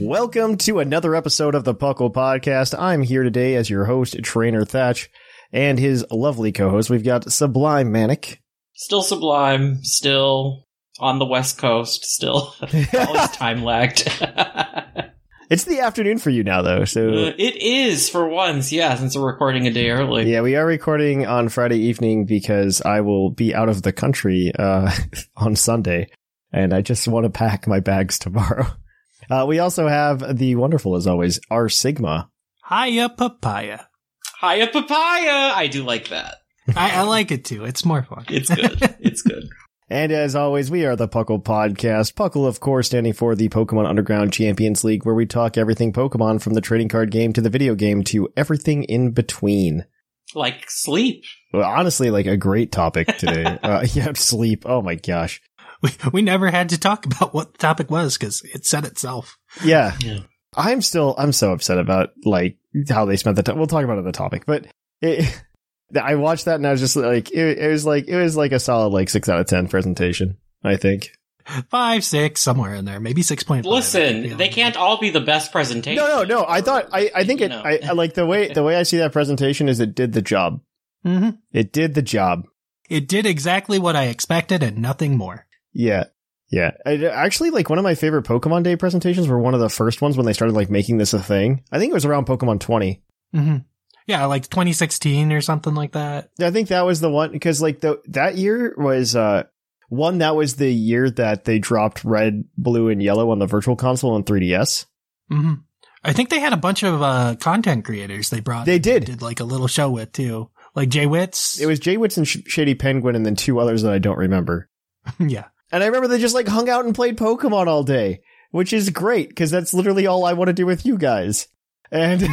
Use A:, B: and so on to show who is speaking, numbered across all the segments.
A: Welcome to another episode of the Puckle Podcast. I'm here today as your host, Trainer Thatch, and his lovely co-host. We've got Sublime Manic.
B: Still sublime, still on the west coast, still always time lagged. Uh,
A: It's the afternoon for you now, though, so
B: it is for once, yeah, since we're recording a day early.
A: yeah, we are recording on Friday evening because I will be out of the country uh, on Sunday, and I just want to pack my bags tomorrow. Uh, we also have the wonderful, as always, R Sigma.
C: Hiya papaya.
B: Hiya papaya! I do like that.
C: I, I like it too. It's more fun.
B: It's good. It's good.
A: And as always, we are the Puckle Podcast. Puckle, of course, standing for the Pokemon Underground Champions League, where we talk everything Pokemon from the trading card game to the video game to everything in between.
B: Like sleep.
A: Well, honestly, like a great topic today. uh, yeah, sleep. Oh my gosh.
C: We, we never had to talk about what the topic was because it said itself.
A: Yeah.
B: Yeah.
A: I'm still, I'm so upset about like how they spent the time. We'll talk about it on the topic, but it, I watched that and I was just like, it, it was like, it was like a solid like six out of 10 presentation, I think.
C: Five, six, somewhere in there. Maybe 6.5.
B: Listen, they can't all be the best presentation.
A: No, no, no. I thought I, I think
B: You
A: it.
B: know.
A: I I like the way the way I see that presentation is it did the job.
C: hmm
A: It did the job.
C: It did exactly what I expected and nothing more.
A: Yeah, yeah. I, actually, like one of my favorite Pokemon Day presentations were one of the first ones when they started like making this a thing. I think it was around Pokemon twenty.
C: hmm Yeah, like 2016 or something like that.
A: I think that was the one because like the that year was uh one that was the year that they dropped red, blue, and yellow on the Virtual Console and 3DS.
C: hmm I think they had a bunch of uh, content creators they brought.
A: They
C: in
A: did.
C: and Did like a little show with too. Like Jay Witz.
A: It was Jay Witz and Sh- Shady Penguin, and then two others that I don't remember.
C: yeah.
A: And I remember they just like hung out and played Pokemon all day, which is great because that's literally all I want to do with you guys. And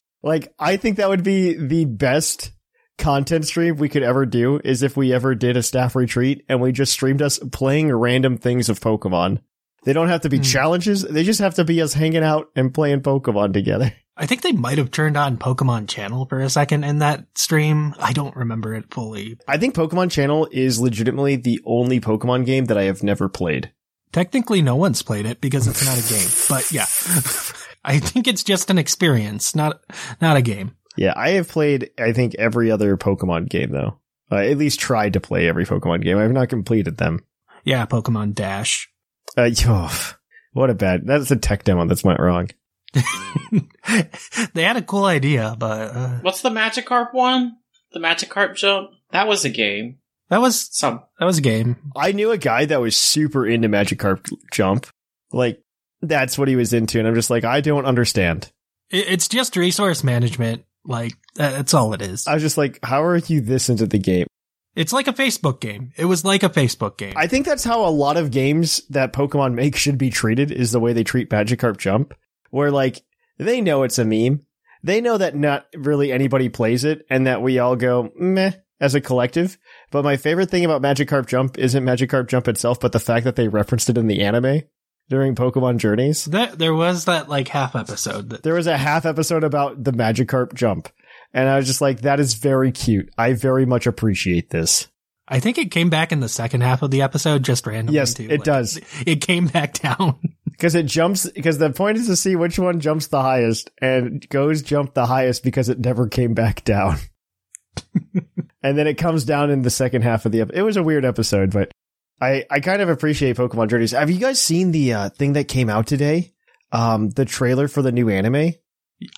A: like, I think that would be the best content stream we could ever do is if we ever did a staff retreat and we just streamed us playing random things of Pokemon. They don't have to be
C: Hmm.
A: challenges. They just have to be us hanging out and playing Pokemon together.
C: I think they might have turned on Pokemon Channel for a second in that stream. I don't remember it fully.
A: I think Pokemon Channel is legitimately the only Pokemon game that I have never played.
C: Technically, no one's played it because it's not a game, but yeah. I think it's just an experience, not not a game.
A: Yeah, I have played, I think, every other Pokemon game, though. Uh, at least tried to play every Pokemon game. I've not completed them.
C: Yeah, Pokemon Dash.
A: Uh, yo, what a bad. That's a tech demo that's went wrong.
C: they had a cool idea, but uh,
B: What's the Magikarp one? The Magikarp jump? That was a game.
C: that was
B: Some
C: that was a game.
A: I knew a guy that was super into Magikarp Jump. Like, that's what he was into. And I'm just like, I don't understand.
C: It, it's just resource management. Like that- that's all it is.
A: I was just like, how are you this into the game?
C: it's like a Facebook game. It was like a Facebook game.
A: I think that's how a lot of games that Pokemon make should be treated is the way they treat Magikarp Jump, where like they know it's a meme. They know that not really anybody plays it and that we all go meh as a collective. But my favorite thing about Magikarp Jump isn't Magikarp Jump itself, but the fact that they referenced it in the anime during Pokemon Journeys.
C: That- there was that like half episode that
A: There was a half episode about the Magikarp Jump. And I was just like, that is very cute. I very much appreciate this.
C: I think it came back in the second half of the episode, just randomly.
A: Yes,
C: too.
A: it does.
C: It came back down.
A: because it jumps because the point is to see which one jumps the highest and goes jump the highest because it never came back down and then it comes down in the second half of the episode it was a weird episode but i i kind of appreciate pokemon journeys have you guys seen the uh, thing that came out today um the trailer for the new anime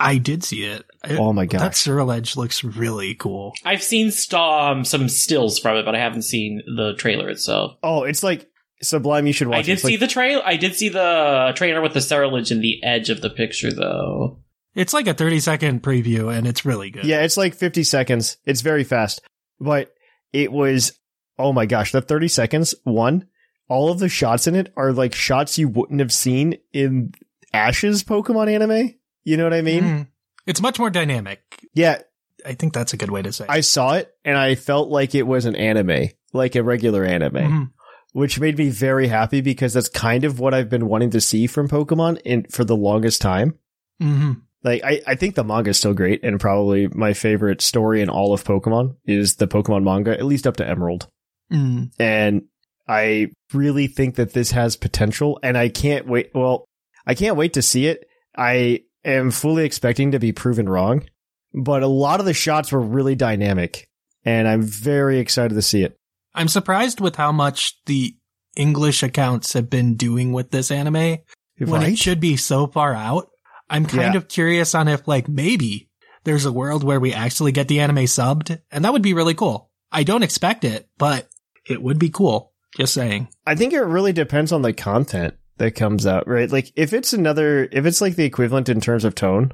C: I did see it. I-
A: oh my
C: That
A: gosh
C: Surreal Edge looks really cool.
B: I've seen um, some stills from it, but I haven't seen the trailer itself.
A: oh it's like sublime you should watch
B: I
A: it.
B: did
A: It's
B: see
A: like,
B: the trail. I did see the trainer with the cerulage in the edge of the picture, though.
C: It's like a 30 second preview and it's really good.
A: yeah it's like 50 seconds it's very fast but it was oh my gosh the 30 seconds one all of the shots in it are like shots you wouldn't have seen in Ash's Pokemon anime. You know what I mean?
C: Mm. It's much more dynamic.
A: Yeah,
C: I think that's a good way to say.
A: I saw it and I felt like it was an anime, like a regular anime,
C: it. Mhm.
A: which made me very happy because that's kind of what I've been wanting to see from Pokemon in for the longest time.
C: Mhm.
A: Like I, I think the manga is still great and probably my favorite story in all of Pokemon is the Pokemon manga, at least up to Emerald.
C: Mm.
A: And I really think that this has potential and I can't wait well, I can't wait to see it. I am fully expecting to be proven wrong, but a lot of the shots were really dynamic and I'm very excited to see it.
C: I'm surprised with how much the English accounts have been doing with this anime when it should be so far out. I'm kind
A: Yeah.
C: of curious on if like maybe there's a world where we actually get the anime subbed and that would be really cool. I don't expect it, but it would be cool. Just saying.
A: I think it really depends on the content that comes out, right? Like if it's another if it's like the equivalent in terms of tone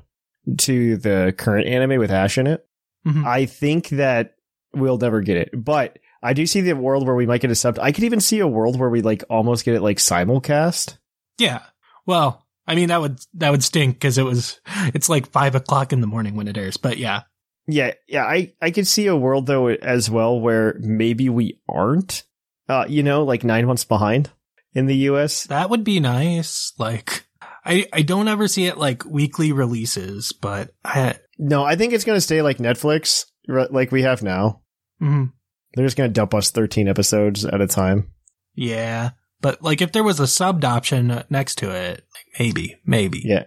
A: to the current anime with Ash in it,
C: Mhm.
A: I think that we'll never get it. But I do see the world where we might get a sub. I could even see a world where we like almost get it like simulcast.
C: Yeah. Well, I mean that would that would stink because it was it's like five o'clock in the morning when it airs. But yeah,
A: Yeah, yeah, I I could see a world though as well where maybe we aren't, uh, you know, like nine months behind in the U.S.
C: that would be nice. Like I I don't ever see it like weekly releases, but I
A: No, I think it's gonna stay like Netflix, r- like we have now.
C: mm,
A: They're just gonna dump us thirteen episodes at a time.
C: yeah. But like if there was a subbed option next to it, like, maybe maybe
A: Yeah.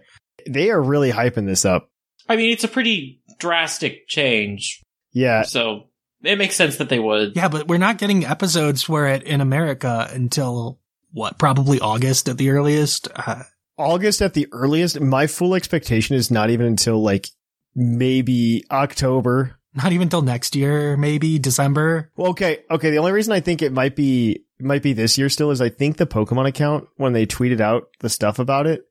A: They are really hyping this up.
B: I mean, it's a pretty drastic change,
A: Yeah,
B: so it makes sense that they would.
C: yeah. But we're not getting episodes for it in America until what probably August at the earliest. Uh,
A: August at the earliest. My full expectation is not even until like maybe October.
C: not even till next year, maybe December.
A: Well, okay, okay. The only reason I think it might be might be this year still is I think the Pokemon account when they tweeted out the stuff about it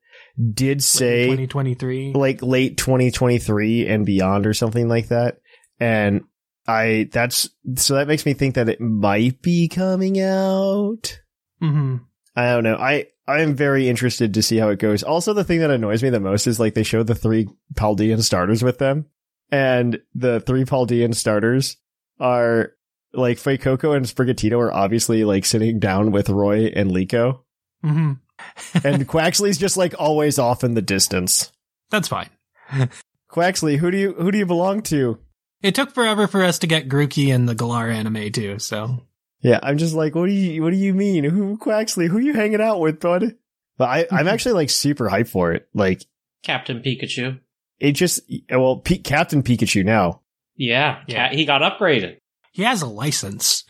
A: did say
C: twenty twenty three.
A: like late 2023 and beyond or something like that. And I that's so that makes me think that it might be coming out.
C: Mm-hmm.
A: I don't know. I I am very interested to see how it goes. Also, the thing that annoys me the most is like they showed the three Paldean starters with them, and the three Paldean starters are like Fay Coco and Sprigatito are obviously like sitting down with Roy and Liko,
C: hmm
A: and Quaxley's just like always off in the distance.
C: That's fine.
A: Quaxley, who do you who do you belong to?
C: It took forever for us to get Grookey and the Galar anime too, so
A: Yeah, I'm just like, what do you what do you mean? Who Quaxley? Who you hanging out with, bud? But I I'm actually like super hyped for it. Like
B: Captain Pikachu.
A: it just well P- captain pikachu now
B: Yeah,
C: Yeah.
B: yeah. he got upgraded.
C: he has a license.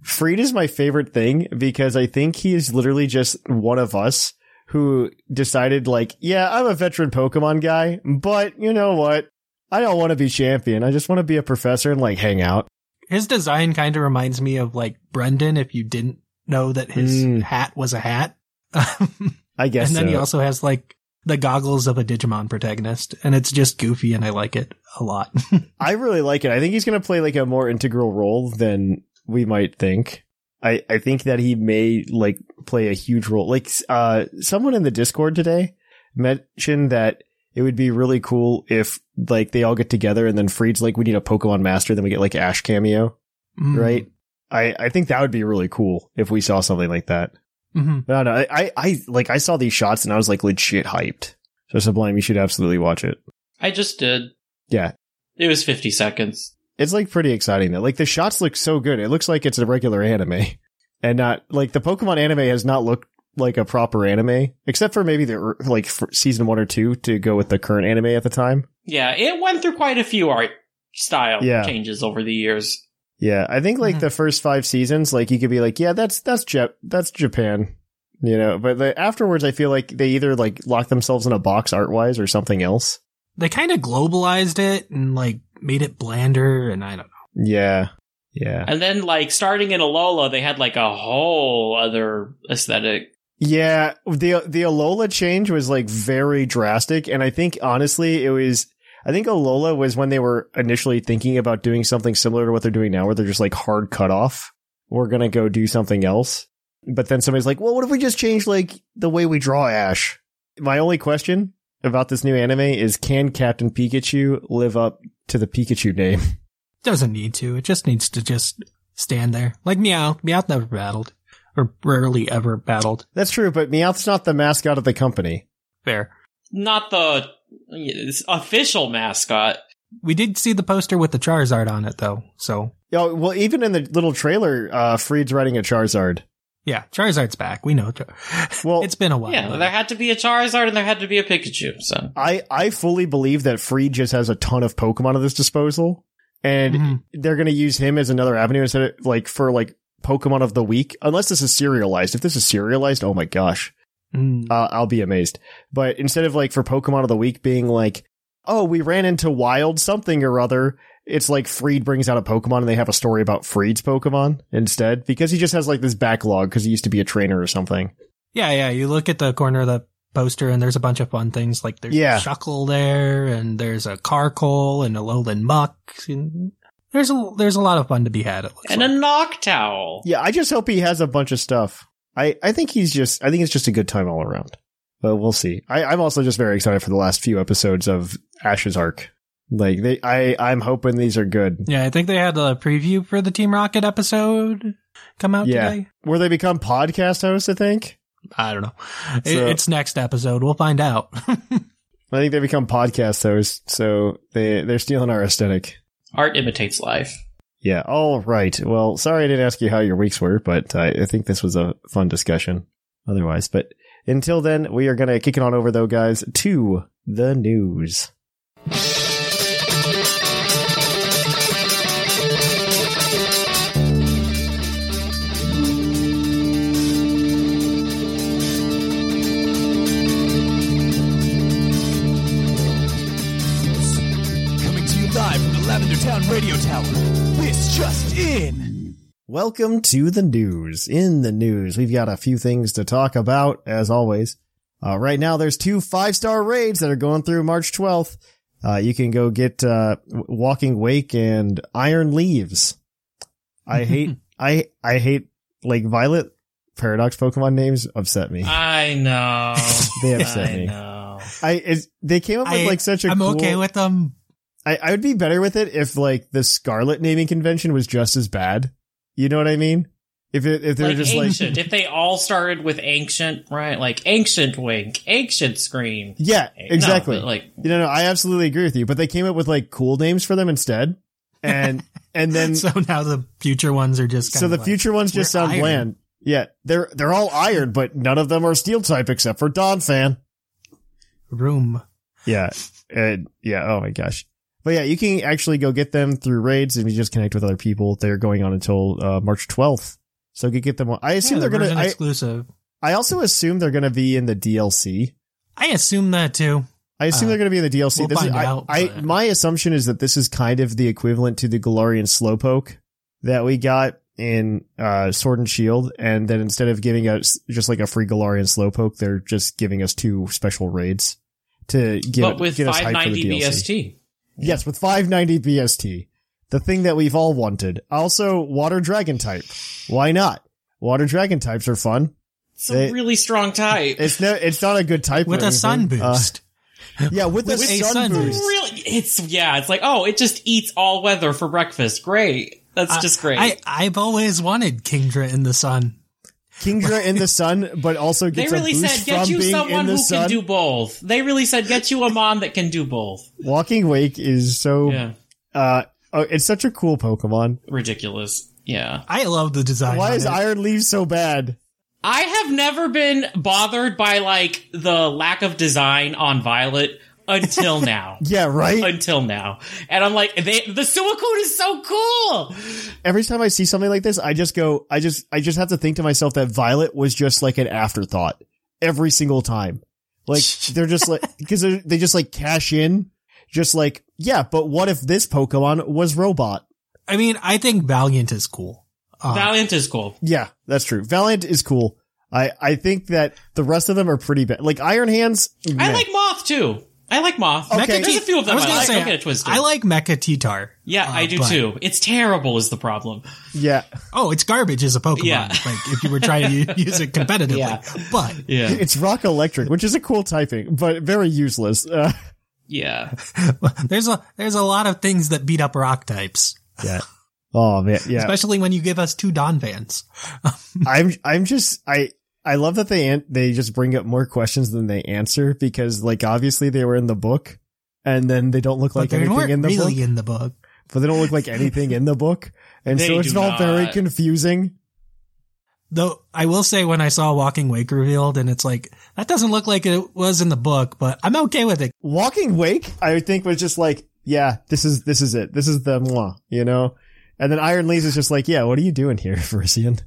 A: freed is my favorite thing because i think he is literally just one of us who decided like yeah i'm a veteran pokemon guy but you know what i don't want to be champion i just want to be a professor and like hang out
C: His design kind of reminds me of like Brendan if you didn't know that his
A: Mm.
C: hat was a hat.
A: i guess
C: and then
A: so.
C: he also has like the goggles of a Digimon protagonist and it's just goofy and I like it a lot.
A: i really like it i think he's going to play like a more integral role than we might think I, I think that he may like play a huge role. Like uh, someone in the Discord today mentioned that it would be really cool if like they all get together and then Freed's like we need a Pokemon Master, then we get like Ash cameo,
C: Mm.
A: right? I, I think that would be really cool if we saw something like that.
C: Mhm.
A: But I don't know. I, I, I like I saw these shots and I was like legit hyped. So Sublime, you should absolutely watch it.
B: I just did.
A: Yeah.
B: It was 50 seconds.
A: It's like pretty exciting though. Like the shots look so good. It looks like it's a regular anime and not like the Pokemon anime has not looked like a proper anime except for maybe the er- like for season 1 or 2 to go with the current anime at the time.
B: Yeah, it went through quite a few art style
A: Yeah.
B: changes over the years.
A: Yeah, I think like
C: Mhm.
A: the first 5 seasons like you could be like, yeah, that's that's Jap- that's Japan, you know, but the, afterwards I feel like they either like lock themselves in a box art-wise or something else.
C: They kind of globalized it and like made it blander and I don't
A: Yeah. Yeah.
B: And then, like, starting in Alola, they had, like, a whole other aesthetic.
A: Yeah, the the Alola change was like very drastic, and I think honestly it was. I think Alola was when they were initially thinking about doing something similar to what they're doing now, where they're just like hard cut off. We're gonna go do something else, but then somebody's like, "Well, what if we just change like the way we draw Ash?" My only question about this new anime is can Captain Pikachu live up to the Pikachu name?
C: Doesn't need to. It just needs to just stand there. Like Meow. Meowth never battled. Or rarely ever battled.
A: That's true, but Meowth's not the mascot of the company.
C: Fair.
B: Not the it's official mascot.
C: We did see the poster with the Charizard on it though, so
A: Oh, well, even in the little trailer, uh, Freed's riding a Charizard.
C: yeah, Charizard's back. We know. Char-
A: Well,
C: It's been a while.
B: Yeah, there had to be a Charizard and there had to be a Pikachu. So
A: I, I fully believe that Freed just has a ton of Pokemon at his disposal, and
C: Mhm.
A: they're going to use him as another avenue instead of like for like Pokemon of the week. Unless this is serialized. If this is serialized, oh my gosh,
C: Mm.
A: uh, I'll be amazed. But instead of like for Pokemon of the week being like, oh, we ran into wild something or other, it's like Freed brings out a Pokemon and they have a story about Freed's Pokemon instead because he just has like this backlog because he used to be a trainer or something.
C: Yeah, yeah. You look at the corner of the poster, and there's a bunch of fun things like there's
A: Yeah.
C: a shuckle there, and there's a carcoal and a lowland muck. And there's a there's a lot of fun to be had. It looks
B: and a
C: like.
B: Noctowl.
A: Yeah, I just hope he has a bunch of stuff. I, I think he's just I think it's just a good time all around. But we'll see. I, I'm also just very excited for the last few episodes of Ash's arc. Like they I, I'm hoping these are good.
C: yeah, I think they had a preview for the Team Rocket episode come out
A: Yeah.
C: today.
A: Where they become podcast hosts, I think.
C: I don't know. It-
A: So-
C: it's next episode. We'll find out.
A: I think they become podcast hosts, so they they're stealing our aesthetic.
B: Art imitates life.
A: Yeah. All right. Well, sorry I didn't ask you how your weeks were, but I, I think this was a fun discussion otherwise. But until then, we are going to kick it on over, though, guys, to the news.
D: Coming to you live from the Lavender Town Radio Tower. This just in.
A: Welcome to the news. In the news, we've got a few things to talk about, as always. Uh, right now, there's two five star raids that are going through March 12th. Uh, you can go get uh, W- Walking Wake and Iron Leaves. I hate, I, I hate like Violet Paradox Pokemon names upset me.
B: I know.
A: They upset
B: I
A: me.
B: know.
A: I it's, they came up with
C: I-
A: like such a
C: I'm
A: cool-
C: okay with them.
A: I, I would be better with it if like the Scarlet naming convention was just as bad. You know what I mean? If it, if they're
B: Like
A: just like
B: ancient. if they all started with ancient, right? Like ancient wink, ancient scream.
A: Yeah,
B: No,
A: exactly.
B: but, like
A: you know, no, I absolutely agree with you. But they came up with like cool names for them instead, and and then so,
C: So now the future ones are just kinda
A: the
C: like-
A: future ones just
C: we're
A: sound
C: iron.
A: bland. Yeah, they're they're all iron, but none of them are steel type except for Don Fan.
C: room.
A: Yeah, and yeah. Oh my gosh. But yeah, you can actually go get them through raids and you just connect with other people. They're going on until uh, March twelfth, so go get them. on- I assume
C: Yeah,
A: they're
C: the
A: gonna.
C: version
A: I,
C: exclusive.
A: I also assume they're gonna be in the DLC.
C: I assume that too.
A: I assume
C: Uh,
A: they're going to be in the DLC.
C: we'll
A: this is,
C: find
A: I,
C: out,
A: I-
C: but-
A: my assumption is that this is kind of the equivalent to the Galarian Slowpoke that we got in uh, Sword and Shield, and that instead of giving us just like a free Galarian Slowpoke, they're just giving us two special raids to get,
B: but with
A: get us
B: five
A: hyped for the
B: ninety
A: DLC.
B: BST.
A: Yes, with 590 BST, the thing that we've all wanted. Also, Water Dragon type. Why not? Water Dragon types are fun.
B: It's
A: They-
B: a really strong type.
A: It's no, it's not a good type or
C: With a
A: anything.
C: sun
A: Uh,
C: boost.
A: yeah, with,
C: With
A: a,
C: a
A: sun,
C: sun
A: boost.
B: really it's yeah, it's like, oh, it just eats all weather for breakfast. Great. That's just great.
C: I, I've always wanted Kingdra in the sun.
A: Kingdra in the sun, but also
B: they
A: gets
B: really
A: a boost
B: said get
A: from
B: you
A: being in
B: someone
A: the
B: who
A: sun.
B: can do both. They really said get you a mom that can do both.
A: Walking Wake is so
B: Yeah.
A: uh oh, it's such a cool Pokemon.
B: Ridiculous. Yeah.
C: I love the design.
A: Why
C: on
A: is
C: it.
A: Iron Leaf so bad?
B: I have never been bothered by like the lack of design on Violet until now.
A: Yeah, right?
B: until now. And I'm like, they, the Suicune is so cool.
A: Every time I see something like this, I just go I just I just have to think to myself that Violet was just like an afterthought every single time. Like they're just like because they just like cash in just like yeah, but what if this Pokemon was robot?
C: I mean, I think Valiant is cool. Uh,
B: Valiant is cool.
A: Yeah, that's true. Valiant is cool. I, I think that the rest of them are pretty bad. Like Iron Hands,
B: I
A: meh.
B: like Moth too. I like Moth.
A: Okay.
B: Mecha There's a few of them I,
C: was gonna
B: like.
C: say,
B: Don't get it twisted.
C: I like Mecha Titar.
B: Yeah,
C: uh,
B: I do
C: but-
B: too. It's terrible is the problem.
A: Yeah.
C: Oh, it's garbage as a Pokemon.
B: Yeah.
C: Like if you were trying to u- use it competitively,
B: Yeah.
C: but
B: Yeah.
A: It's rock electric, which is a cool typing, but very useless. Uh,
B: Yeah.
C: there's a there's a lot of things that beat up rock types,
A: yeah. Oh man, yeah.
C: especially when you give us two Donvans.
A: I'm I'm just I I love that they an- they just bring up more questions than they answer because like obviously they were in the book and then they don't look
C: But
A: like
C: they
A: anything
C: weren't
A: in the
C: really
A: book,
C: in the book.
A: but they don't look like anything in the book, and
B: They
A: so it's
B: do
A: all very
B: not.
A: confusing.
C: Though I will say when I saw Walking Wake revealed, and it's like that doesn't look like it was in the book, but I'm okay with it.
A: Walking Wake, I think was just like, yeah, this is this is it, this is the moi, you know. And then Iron Lee's is just like, yeah, what are you doing here, Versian?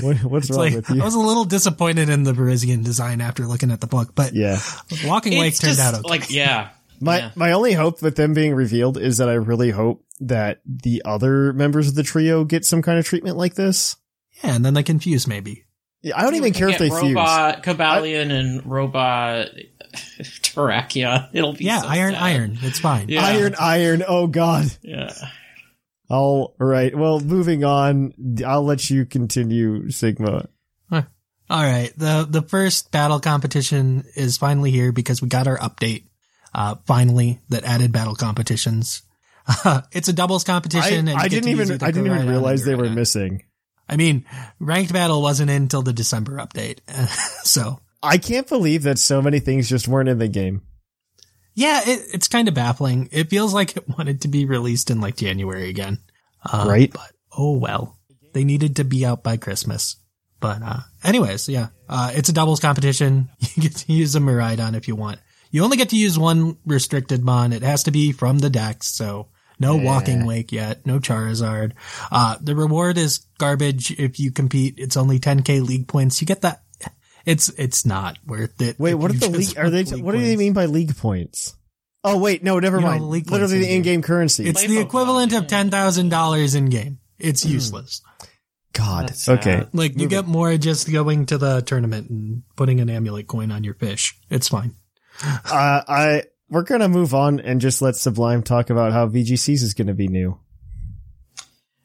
A: What, what's
C: It's
A: wrong
C: like
A: with
C: I
A: you?
C: was a little disappointed in the Parisian design after looking at the book, but
A: yeah.
C: Walking Wake
B: It's
C: turned
B: just
C: out okay.
B: like yeah.
A: My
B: Yeah.
A: my only hope with them being revealed is that I really hope that the other members of the trio get some kind of treatment like this.
C: yeah, and then they confuse maybe.
A: Yeah, I don't even care if
B: Get
A: they fuse.
B: robot Kabalion and robot Terrakion. It'll be
C: Yeah,
B: so
C: iron,
B: sad.
C: iron. It's fine.
B: Yeah.
A: Iron, iron. Oh God.
B: Yeah.
A: All right. Well, moving on. I'll let you continue, Sigma.
C: All right. The the first battle competition is finally here because we got our update. Uh, finally, that added battle competitions. it's a doubles
A: I,
C: competition. and you
A: I didn't
C: get to use
A: even
C: either
A: I didn't even
C: Koraidon
A: realize
C: and
A: they were
C: Uraidon.
A: missing.
C: I mean, ranked battle wasn't in till the December update. so
A: I can't believe that so many things just weren't in the game.
C: yeah, it, it's kind of baffling. It feels like it wanted to be released in like January again. Uh,
A: Right.
C: But oh well, they needed to be out by Christmas. But uh, anyways, yeah, uh, it's a doubles competition. You get to use a Miraidon if you want. You only get to use one restricted mon. It has to be from the Dex, so no Walking Wake yet, no Charizard. Uh, the reward is garbage if you compete. It's only 10k league points. You get that. It's it's not worth it.
A: Wait,
C: if
A: what
C: you
A: if the
C: just
A: league? Are
C: want
A: they?
C: league
A: What do they
C: points.
A: mean by league points? Oh wait, no, never
C: You know,
A: mind.
C: the league points
A: Literally
C: in
A: the
C: the game.
A: in-game currency.
C: It's
B: Play
C: the
B: Pokemon,
C: equivalent of
B: yeah.
C: ten thousand dollars in game. It's
A: Hmm.
C: useless.
A: God.
B: That's sad.
A: Okay.
C: Like you get more just going to the tournament and putting an amulet coin on your fish. It's fine.
A: uh, I we're gonna move on and just let Sublime talk about how VGCs is gonna be new.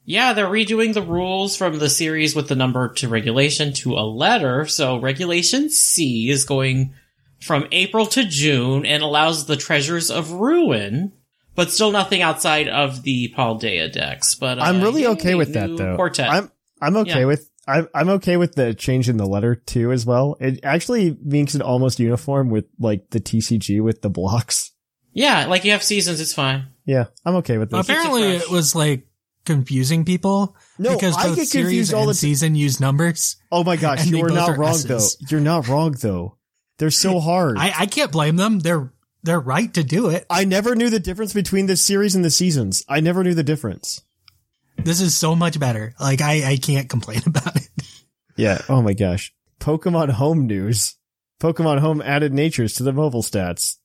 B: Yeah, they're redoing the rules from the series with the number to regulation to a letter. So regulation C is going from April to June and allows the treasures of ruin, but still nothing outside of the Paldea decks. But uh,
A: I'm really
B: yay,
A: okay with that
B: new
A: though.
B: Quartet.
A: I'm I'm okay
B: Yeah.
A: with I'm I'm okay with the change in the letter too as well. It actually makes it almost uniform with like the TCG with the blocks.
B: yeah, like you have seasons, it's fine.
A: Yeah, I'm okay with this.
B: Okay.
C: Apparently,
B: fresh.
C: it was like confusing people
A: No,
C: because
A: I
C: both
A: get
C: series
A: confused all
C: and
A: the time.
C: season use numbers.
A: Oh my gosh,
C: and
A: you
C: they
A: are
C: both
A: not
C: are
A: wrong
C: S's.
A: though. You're not wrong though. They're so hard.
C: I, I can't blame them. They're they're right to do it.
A: I never knew the difference between the series and the seasons. I never knew the difference.
C: This is so much better. Like I I can't complain about it.
A: Yeah. Oh my gosh. Pokemon Home news. Pokemon Home added natures to the mobile stats.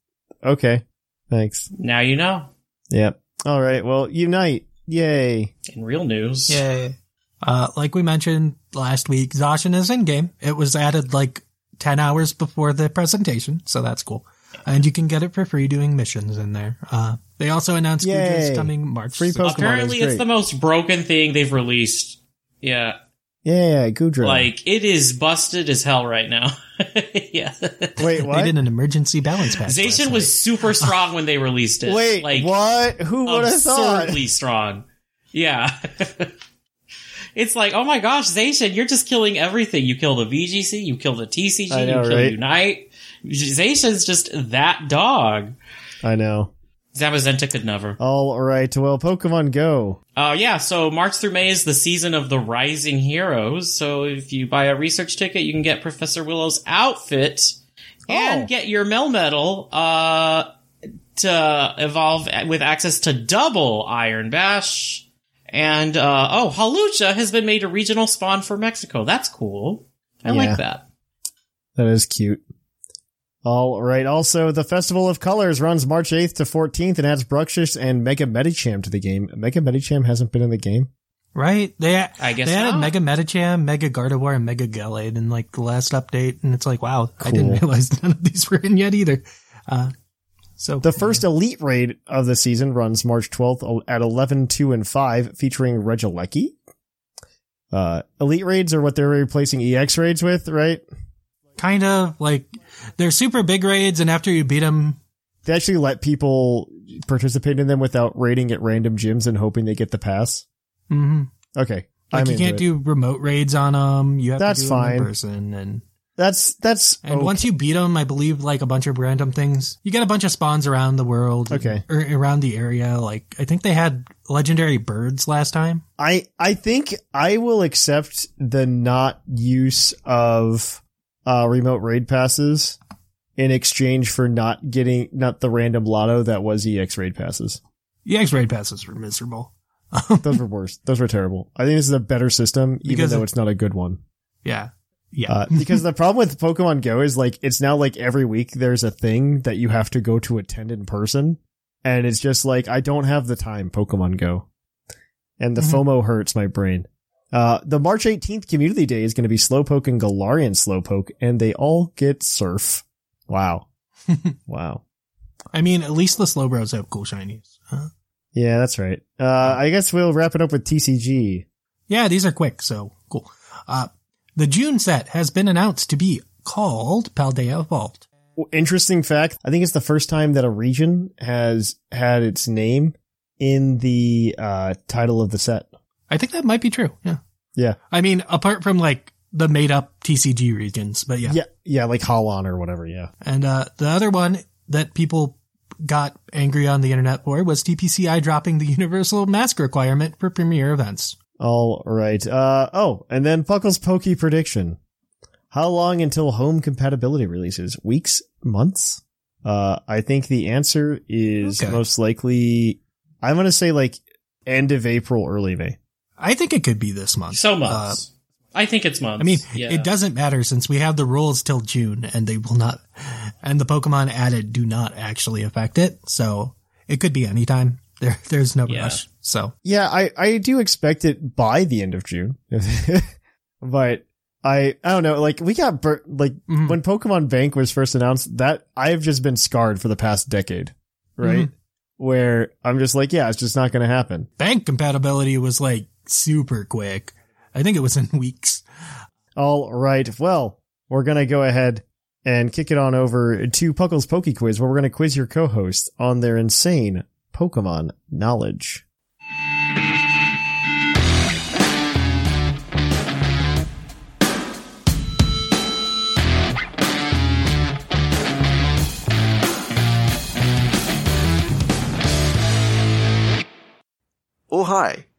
A: Okay. Thanks.
B: Now you know.
A: Yep. All right. Well, Unite. Yay.
B: In real news,
C: Yay. Uh, like we mentioned last week, Zacian is in game. It was added like 10 hours before the presentation, so that's cool. And you can get it for free doing missions in there. Uh, they also announced Guja
A: Yay.
C: is coming March.
A: Free
C: 6th.
A: Pokemon.
B: apparently
A: is
B: it's
A: great.
B: the most broken thing they've released. Yeah,
A: Yeah, Gudra.
B: like it is busted as hell right now. yeah.
A: wait,
C: They did
A: what?
C: an emergency balance patch.
B: Zacian
C: last
B: was super strong when they released it.
A: Wait,
B: like
A: what? Who would have thought?
B: absurdly strong. Yeah. it's like, oh my gosh, Zacian, you're just killing everything. You kill the VGC, you kill the TCG,
A: I know,
B: you kill
A: right?
B: Unite. Zacian's just that dog.
A: I know.
B: Zamazenta could never.
A: All right. Well, Pokemon Go.
B: Uh, yeah, so March through May is the season of the Rising Heroes. So if you buy a research ticket, you can get Professor Willow's outfit and
A: Oh.
B: get your Mel Medal, uh, to evolve a- with access to double Iron Bash. And, uh, oh, Halucha has been made a regional spawn for Mexico. That's cool. I
A: Yeah.
B: like that.
A: That is cute. All right. Also, the Festival of Colors runs March 8th to 14th and adds Bruxish and Mega Medicham to the game. Mega Medicham hasn't been in the game.
C: Right? They,
B: I guess
C: they added
B: not.
C: Mega Metacham, Mega Gardevoir, and Mega Gallade in like the last update. And it's like, wow, I
A: Cool.
C: didn't realize none of these were in yet either. Uh, So
A: The first elite raid of the season runs March 12th at 11, 2, and 5, featuring Regilecki. Uh, elite raids are what they're replacing EX raids with, right?
C: kind of like they're super big raids, and after you beat them,
A: They actually let people participate in them without raiding at random gyms and hoping they get the pass. Okay.
C: Mm-hmm. like
A: I'm
C: you
A: into
C: can't
A: it.
C: do remote raids on them. You have
A: That's
C: to do 'em in
A: fine. Oh.
C: person, and
A: That's, that's,
C: and once you beat them, I believe like a bunch of random things. You get a bunch of spawns around the world,
A: Okay.
C: or around the area. Like I think they had legendary birds last time.
A: I I think I will accept the not use of uh, remote raid passes in exchange for not getting not the random lotto that was EX raid passes.
C: The X raid passes were miserable.
A: Those were worse. Those were terrible. I think this is a better system, even
C: Because
A: though
C: it-
A: it's not a good one.
C: Yeah, yeah.
A: Uh, because the problem with Pokemon Go is like it's now like every week there's a thing that you have to go to attend in person, and it's just like I don't have the time. Pokemon Go, and the
C: Mhm.
A: FOMO hurts my brain. Uh, the March 18th community day is going to be Slowpoke and Galarian Slowpoke, and they all get Surf. Wow, wow.
C: I mean, at least the Slowbros have cool shinies. Uh, Huh?
A: Yeah, that's right. Uh, I guess we'll wrap it up with TCG.
C: Yeah, these are quick, so cool. Uh, the June set has been announced to be called Paldea Vault.
A: Well, interesting fact. I think it's the first time that a region has had its name in the uh, title of the set.
C: I think that might be true. Yeah.
A: Yeah.
C: I mean, apart from like the made up TCG regions, but yeah.
A: Yeah. Yeah. Like Holon or whatever. Yeah.
C: And, uh, the other one that people got angry on the internet for was TPCI dropping the universal mask requirement for premier events.
A: All right. Uh, oh, and then Puckle's pokey prediction. How long until home compatibility releases? Weeks? Months? Uh, I think the answer is
C: Okay.
A: most likely, I'm going to say like end of April, early May.
C: I think it could be this month.
B: So
C: Uh,
B: months. I think it's months.
C: I mean,
B: yeah.
C: it doesn't matter since we have the rules till June and they will not, and the Pokemon added do not actually affect it. So it could be anytime. There, there's no
B: Yeah.
C: rush. So
A: Yeah, I, I do expect it by the end of June. but I I don't know, like we got bur- like
C: Mhm.
A: when Pokemon Bank was first announced, that I've just been scarred for the past decade, right? Where I'm just like, yeah, it's just not going to happen.
C: bank compatibility was like super quick. I think it was in weeks.
A: All right. Well, we're going to go ahead and kick it on over to Puckle's Poke Quiz where we're going to quiz your co-host on their insane Pokemon knowledge.
E: Oh, hi,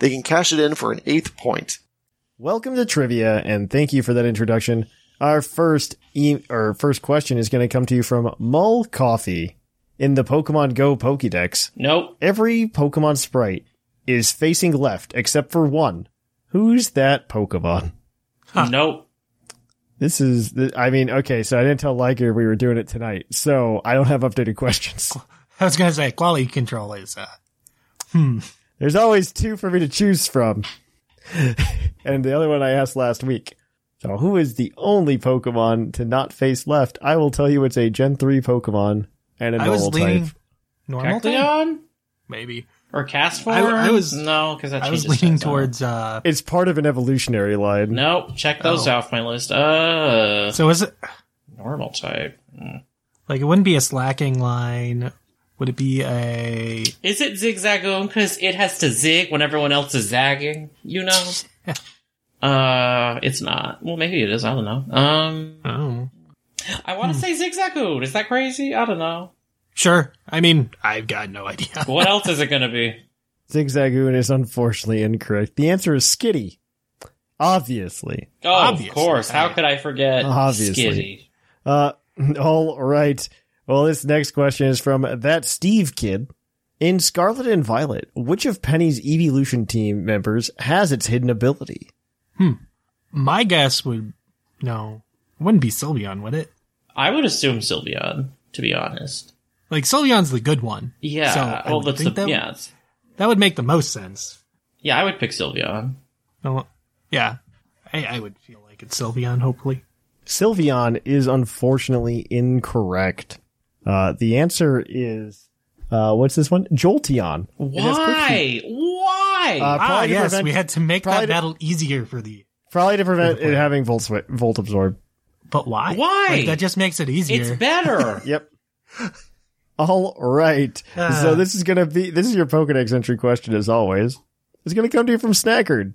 E: they can cash it in for an eighth point.
A: Welcome to trivia, and thank you for that introduction. Our first e- or first question is going to come to you from Mull Coffee in the Pokemon Go Pokédex.
B: nope.
A: Every Pokemon sprite is facing left except for one. Who's that Pokemon?
B: Nope.
A: This is, the, I mean, okay, so I didn't tell Liger we were doing it tonight, so I don't have updated questions.
C: I was going to say quality control is, uh,
A: There's always two for me to choose from. and the other one I asked last week. So who is the only Pokemon to not face left? I will tell you it's a Gen 3 Pokemon and a
C: I was
A: normal
C: leaning
A: type.
C: normal type?
B: Cacleon?
C: Maybe.
B: Or cast form?
C: I- I was-
B: no, because that
C: I was
B: changes
C: leaning
B: taxonomy.
C: towards, uh,
A: It's part of an evolutionary line.
B: Nope. Check those
C: Oh.
B: off my list. Uh,
C: so is it
B: normal type.
C: like, it wouldn't be a slacking line. Would it be a,
B: Is it zigzagoon? Because it has to zig when everyone else is zagging. You know. uh, it's not. Well, maybe it is. I don't know. Um,
C: I don't know.
B: I
C: Hmm.
B: want to say zigzagoon. Is that crazy? I don't know.
C: Sure. I mean, I've got no idea.
B: What else is it going to be?
A: Zigzagoon is unfortunately incorrect. The answer is Skitty. Obviously.
B: Oh,
C: Obviously.
B: of course. How could I forget?
A: Obviously.
B: Skitty.
A: Uh, all right. Well, this next question is from that Steve kid. In Scarlet and Violet, which of Penny's evolution team members has its hidden ability?
C: My guess would no, it wouldn't be Sylveon, would it?
B: I would assume Sylveon, to be honest.
C: Like Sylveon's the good one.
B: Yeah.
C: So I
B: well,
C: would
B: that's the,
C: think that-
B: yeah. it's-
C: That would make the most sense.
B: Yeah, I would pick Sylveon.
C: Well, yeah, I, I would feel like it's Sylveon. Hopefully,
A: Sylveon is unfortunately incorrect. Uh, the answer is, uh, what's this one? Jolteon. It has quick feet.
B: Why? Why?
A: Uh,
C: ah
A: probably to
C: yes,
A: prevent-
C: we had to make
A: probably
C: that
A: to-
C: battle easier for the.
A: Probably to prevent it having volt, swi- volt absorb.
C: But why?
B: Why?
C: Like, that just makes it easier.
B: it's better.
A: Yep. All right.
C: Ah.
A: so this is going to be, this is your Pokedex entry question as always. It's going to come to you from Snackard.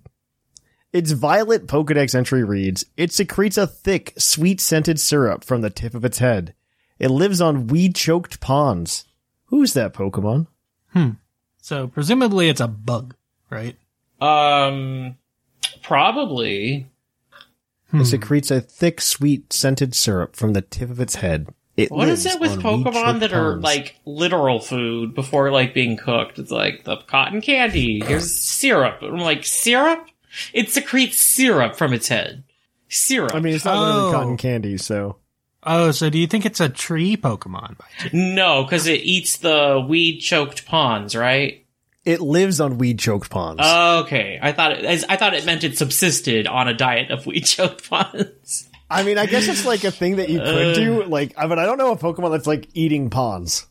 A: Its violet Pokedex entry reads, it secretes a thick, sweet scented syrup from the tip of its head. It lives on weed choked ponds. Who's that Pokemon?
C: So presumably it's a bug, right?
B: Um, probably.
A: It secretes a thick, sweet scented syrup from the tip of its head. It
B: What is
A: lives
B: it with
A: on
B: Pokemon
A: weed-choked
B: that are
A: ponds.
B: like literal food before like being cooked? It's like the cotton candy. Here's syrup. I'm like syrup. It secretes syrup from its head. Syrup.
A: I mean, it's not literally
C: Oh.
A: cotton candy, so
C: Oh, so do you think it's a tree Pokemon?
B: no, because it eats the weed choked ponds, right?
A: it lives on weed choked ponds.
B: Uh, Okay, I thought it, as- I thought it meant it subsisted on a diet of weed choked ponds.
A: I mean, I guess it's like a thing that you could
B: uh,
A: do. Like, I- but I don't know a Pokemon that's like eating ponds.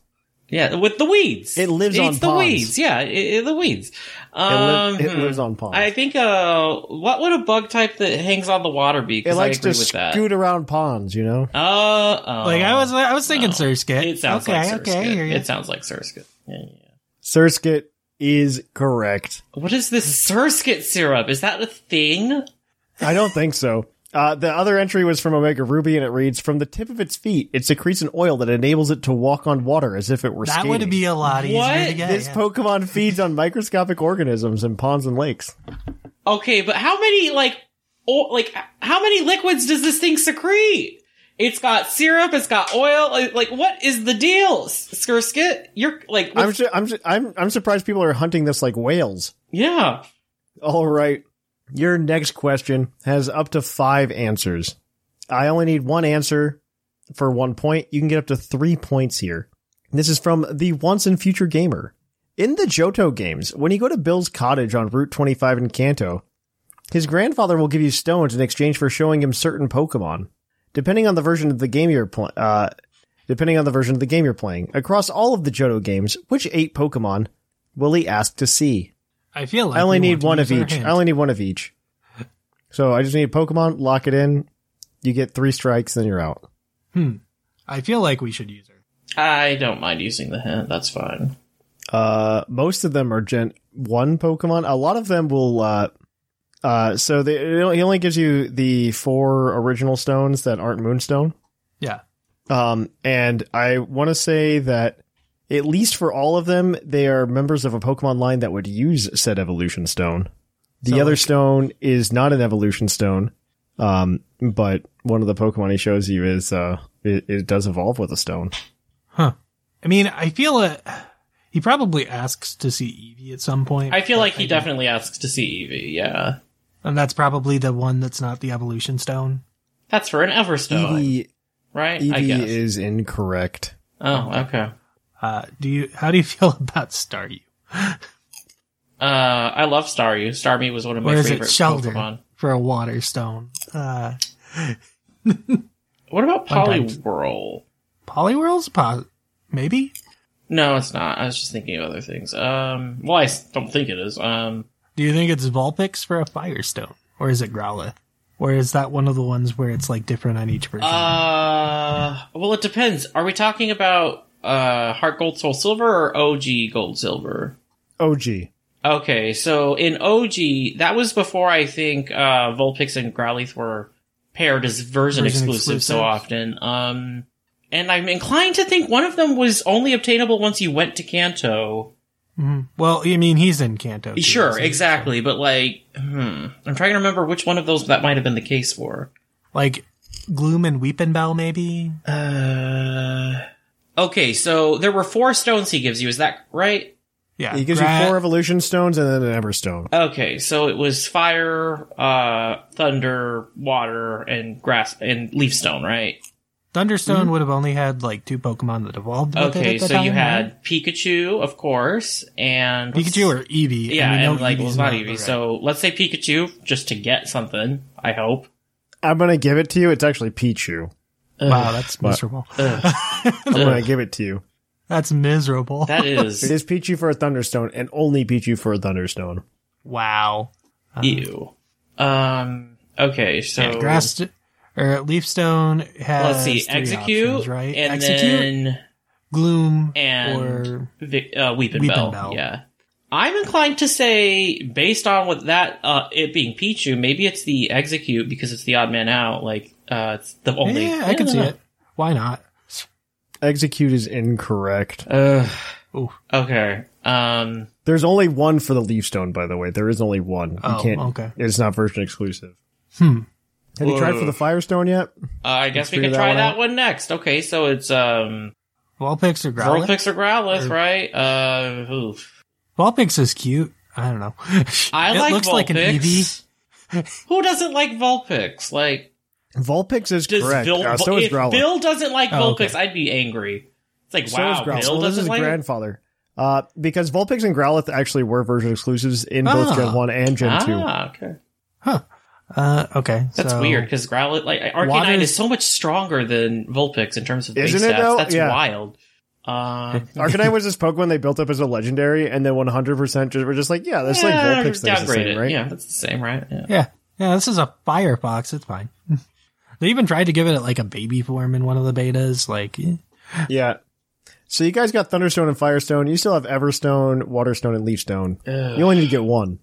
B: Yeah, with the weeds.
A: It lives on
B: eats the
A: ponds.
B: weeds. Yeah, it, it- the weeds.
A: It,
B: Um,
A: li- it
B: hmm.
A: lives on ponds.
B: I think uh, what would a bug type that hangs on the water be?
A: it
B: Because I
A: likes
B: agree
A: to
B: with that.
A: scoot around ponds. You know,
B: Uh, oh.
C: Like I was, I was thinking
B: no.
C: Surskit.
B: It sounds
C: okay,
B: like Surskit.
C: okay, I hear you.
B: It sounds like Surskit. Yeah, yeah.
A: Surskit is correct.
B: What is this Surskit syrup? Is that a thing?
A: I don't think so. Uh, the other entry was from Omega Ruby, and it reads: From the tip of its feet, it secretes an oil that enables it to walk on water as if it were
C: that
A: skating.
C: would be a lot easier
B: What?
C: to get.
A: this
C: yeah.
A: Pokemon feeds on microscopic organisms in ponds and lakes.
B: Okay, but how many like, o- like how many liquids does this thing secrete? It's got syrup. It's got oil. Like, like, what is the deal, Surskit? You're like,
A: I'm,
B: what's-
A: su- I'm, su- I'm, I'm surprised people are hunting this like whales.
B: yeah.
A: All right. Your next question has up to five answers. I only need one answer for one point. You can get up to three points here. This is from the once and future gamer. In the Johto games, when you go to Bill's cottage on Route 25 in Kanto, his grandfather will give you stones in exchange for showing him certain Pokemon. Depending on the version of the game you're playing, uh, depending on the version of the game you're playing, across all of the Johto games, which eight Pokemon will he ask to see?
C: I feel like
A: I only
C: we
A: need one
C: want
A: of
C: to use our
A: each.
C: hands.
A: I only need one of each. So I just need Pokemon, lock it in. You get three strikes, then you're out.
C: I feel like we should use her.
B: I don't mind using the hint. That's fine.
A: Uh, most of them are Gen One Pokemon. A lot of them will. Uh, uh, so they it only- it only gives you the four original stones that aren't Moonstone.
C: Yeah.
A: Um, and I want to say that at least for all of them, they are members of a Pokemon line that would use said evolution stone. The
C: So,
A: other
C: like-
A: stone is not an evolution stone, um, but one of the Pokemon he shows you is uh, it, it does evolve with a stone.
C: I mean, I feel uh He probably asks to see Eevee at some point.
B: I feel like he definitely asks to see Eevee. Yeah,
C: and that's probably the one that's not the evolution stone.
B: that's for an Everstone,
A: Eevee,
B: right? I
A: Eevee
B: guess.
A: is incorrect.
B: oh, okay.
C: Uh, do you? How do you feel about Staryu?
B: Uh, I love Staryu. Starmie was one of my
C: Or is it
B: favorite
C: Sheldon
B: Pokemon.
C: for a water stone? Uh,
B: What about
C: Sometimes.
B: Poliwhirl?
C: Poliwhirl's pos- maybe.
B: No, it's not. I was just thinking of other things. Um, well, I s- don't think it is. Um,
C: Do you think it's Vulpix for a Firestone, or is it Growlithe, or is that one of the ones where it's like different on each version?
B: uh, well, it depends. Are we talking about uh Heart Gold Soul Silver or OG Gold Silver?
A: OG.
B: Okay, so in OG, that was before I think uh Vulpix and Growlithe were paired as version,
C: Version
B: exclusive,
C: exclusive.
B: so often. Um and I'm inclined to think one of them was only obtainable once you went to Kanto.
C: Mhm. Well, I mean, he's in Kanto. too,
B: sure,
C: isn't he?
B: exactly, but like, hmm, I'm trying to remember which one of those that might have been the case for.
C: Like Gloom and Weepinbell, maybe.
B: Uh, Okay, so there were four stones he gives you. Is that right?
C: Yeah,
A: He gives
C: Gra-
A: you four evolution stones and then an Everstone.
B: Okay, so it was fire, uh, thunder, water, and grass and leaf stone, right?
C: Thunderstone would have only had like two Pokemon that evolved. with it
B: Mm-hmm. Okay,
C: at the
B: so you
C: time, right?
B: had Pikachu, of course, and
C: Pikachu or Eevee.
B: yeah,
C: we know
B: and like well,
C: Eevee's
B: it's not
C: not
B: Eevee.
C: correct.
B: So let's say Pikachu just to get something. I hope.
A: I'm gonna give it to you. It's actually Pichu.
C: wow, that's
A: But-
C: miserable.
B: uh,
A: I'm gonna give it to you.
C: That's miserable.
B: That
A: It
B: is
A: is Pichu for a Thunderstone and only Pichu for a Thunderstone.
C: wow.
B: ew. Um. Okay, so
C: Yeah, grass st- or leaf stone has.
B: let's see,
C: three
B: execute,
C: options, right?
B: and
C: execute,
B: then
C: gloom,
B: and
C: or
B: Vi- uh, Weeping,
C: Weeping
B: Bell.
C: Bell.
B: Yeah, I'm inclined to say, based on what that uh, it being Pichu, maybe it's the execute because it's the odd man out. Like uh, it's the only.
C: yeah, I can see it. Why not?
A: Execute is incorrect.
B: Ugh.
C: Ooh.
B: okay. Um.
A: There's only one for the leaf stone, by the way. There is only one. You
C: Oh,
A: can't.
C: okay.
A: It's not version exclusive.
C: Hmm.
A: Have you tried for
B: Ugh.
A: the Firestone yet?
B: uh, I guess we
A: figure
B: can
A: that
B: try
A: one
B: that
A: out.
B: one next. Okay, so it's um
C: Vulpix or Growlithe?
B: Vulpix or Growlithe, right? Uh, oof.
C: Vulpix is cute. I don't know.
B: I
C: it
B: like
C: looks
B: Vulpix.
C: like an E Eevee.
B: Who doesn't like Vulpix? Like,
A: Vulpix is
B: does
A: correct.
B: Bill?
A: Uh, so is
B: if
A: Growlithe.
B: Bill doesn't like
C: Oh,
B: Vulpix,
C: okay.
B: I'd be angry. It's like,
A: so
B: wow,
A: is Growlithe.
B: Bill
A: Well, this
B: doesn't
A: is
B: like.
A: grandfather. Uh, because Vulpix and Growlithe actually were version exclusives in both
C: Ah.
A: Gen 1 and Gen 2.
B: ah, okay.
C: Uh, okay,
B: That's
C: so-
B: weird because Growlithe, like Arcanine,
A: Water's-
B: is so much stronger than Vulpix in terms of base
A: Isn't it,
B: stats.
A: though?
B: That's
A: Yeah.
B: wild. Um,
A: Arcanine was this Pokemon they built up as a legendary, and then 100% just, were just like, yeah, this
B: yeah,
A: like Vulpix thing's the
B: downgrade
A: same,
B: it.
A: right?
B: Yeah, that's the same, right? Yeah.
C: Yeah, yeah. This is a Firefox. It's fine. they even tried to give it like a baby form in one of the betas. Like, eh.
A: Yeah. So you guys got Thunderstone and Firestone. You still have Everstone, Waterstone, and Leafstone. You only need to get one.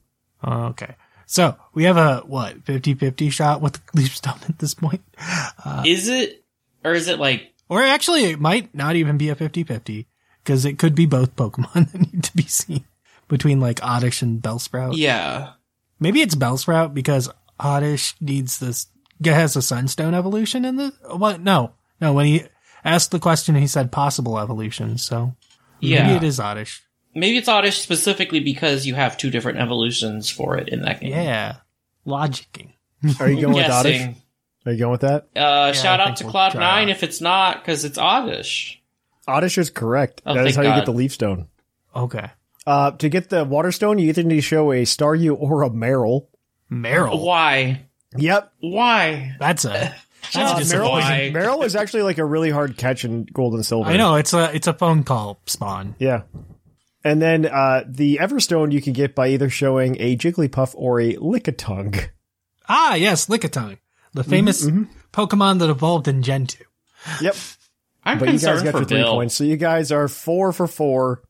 C: uh, okay. So we have a what 50-50 shot with leaf stone at this point,
A: Uh,
B: Is it or is it like
C: or actually it might not even be a 50-50 because it could be both Pokemon that need to be seen between like Oddish and Bellsprout.
B: yeah?
C: Maybe it's Bellsprout because Oddish needs this has a Sunstone evolution in the what? No, no. When he asked the question, he said possible evolution. So
B: Yeah.
C: maybe it is Oddish.
B: Maybe it's oddish specifically because you have two different evolutions for it in that game.
C: Yeah. Logicking.
A: Are you
B: I'm
A: going with Oddish?
B: guessing.
A: Are you going with that?
B: Uh, shout
C: I
B: out
C: think
B: to
C: we'll
B: Cloud
C: try
B: Nine
C: out.
B: if it's not because it's oddish.
A: Oddish is correct.
B: Oh,
A: that is how
B: thank
A: you get
B: God.
A: the Leafstone.
C: Okay.
A: Uh, to get the Waterstone, you either need to show a Staryu or a Meryl. Oh.
C: Meryl.
B: Why?
A: Yep.
B: Why?
C: That's a. That's
B: Uh,
C: a
A: Uh, Meryl,
C: disappointment.
B: disappointing.
A: is, Meryl is actually like a really hard catch in Gold and Silver.
C: I know it's a it's a phone call spawn.
A: Yeah. And then uh, the Everstone you can get by either showing a Jigglypuff or a Lickitung.
C: Ah, yes, Lickitung, the famous Pokemon that evolved in Gen two.
A: Yep.
B: I'm
A: but you guys
B: concerned
A: got
B: for
A: your three
B: Bill.
A: points. So you guys are four for four.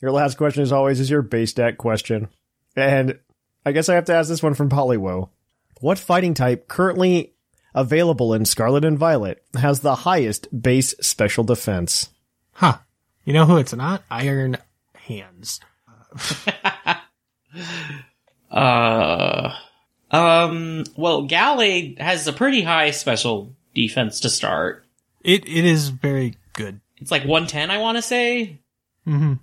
A: Your last question, as always, is your base stat question. And I guess I have to ask this one from Poliwo. What fighting type currently available in Scarlet and Violet has the highest base special defense?
C: Huh? You know who it's not? Iron Hands.
B: Uh, um. Well, Gallade has a pretty high special defense to start.
C: It it is very good.
B: It's like 110, I want to say.
C: Mm-hmm.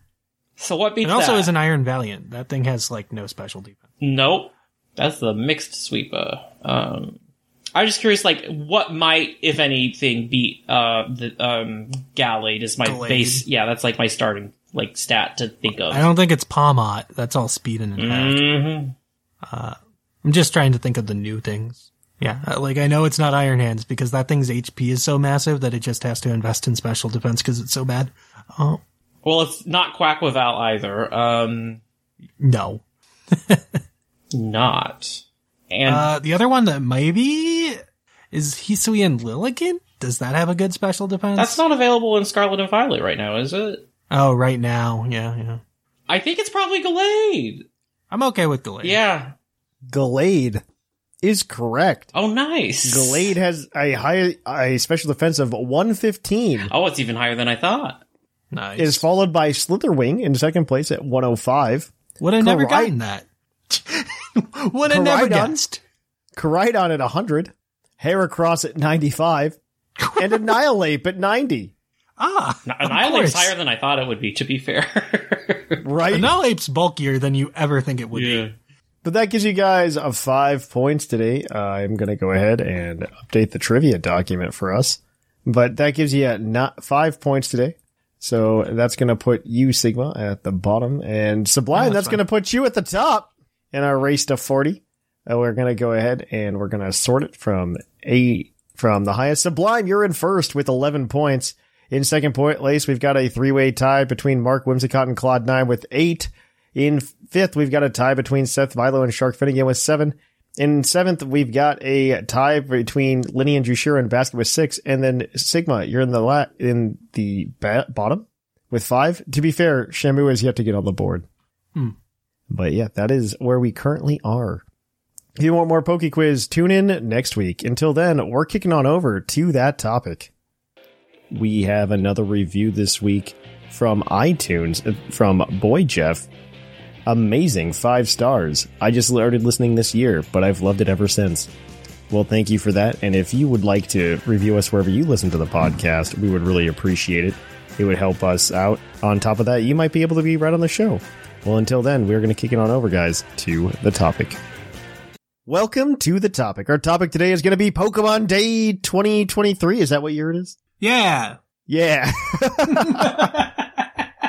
B: So what beats
C: It also
B: that?
C: is an Iron Valiant. That thing has like no special defense.
B: Nope. That's the mixed sweeper. Um, I'm just curious, like, what might, if anything, beat uh the um Gallade is my
C: Gallade.
B: base. Yeah, that's like my starting like stat to think of.
C: I don't think it's Palmot. That's all speed and attack.
B: hmm
C: I'm just trying to think of the new things. Yeah, uh, like I know it's not Iron Hands because that thing's HP is so massive that it just has to invest in special defense because it's so bad. Oh
B: Well, it's not Quackwaval either. Um,
C: no!
B: not. And
C: Uh, the other one that maybe is Hisui and Lilligant. Does that have a good special defense?
B: that's not available in Scarlet and Violet right now, is it?
C: oh, right now, yeah, yeah.
B: I think it's probably Gallade.
C: I'm okay with Galate.
B: Yeah.
A: Gallade is correct.
B: Oh, nice.
A: Gallade has a high a special defense of 115.
B: Oh, it's even higher than I thought.
C: nice.
A: Is followed by Slitherwing in second place at 105.
C: Would have never
A: Korai-
C: gotten that. Would have never
A: Koraidon?
C: guessed.
A: Koridon at 100, Heracross at 95, and Annihilate at 90.
C: Ah,
B: N-
C: of
B: Annihilate's
C: course.
B: higher than I thought it would be, to be fair.
A: Right?
C: Annihilate's bulkier than you ever think it would be.
B: yeah.
A: But that gives you guys uh, five points today. I'm going to go ahead and update the trivia document for us. But that gives you uh, not five points today. So that's going to put you, Sigma, at the bottom. And Sublime,
C: that's
A: that's going to put you at the top in our race to 40. Uh, we're going to go ahead and we're going to sort it from a from the highest. Sublime, you're in first with 11 points. In second point place, we've got a three-way tie between Mark Whimsicott and Claude Nine with eight. In fifth, we've got a tie between Seth Vilo and Shark Finnegan with seven. In seventh, we've got a tie between Lenny and Jushira and Basket with six. And then Sigma, you're in the la- in the ba- bottom with five. To be fair, Shamu has yet to get on the board. But yeah, that is where we currently are. If you want more Poke Quiz, tune in next week. Until then, we're kicking on over to that topic. We have another review this week from iTunes uh, from Boy Jeff. Amazing five stars. I just started listening this year, but I've loved it ever since. Well, thank you for that. And if you would like to review us wherever you listen to the podcast, we would really appreciate it. It would help us out. On top of that, you might be able to be right on the show. Well, until then, we're going to kick it on over, guys, to the topic. Welcome to the topic. Our topic today is going to be Pokemon Day 2023. Is that what year it is?
C: Yeah.
A: Yeah.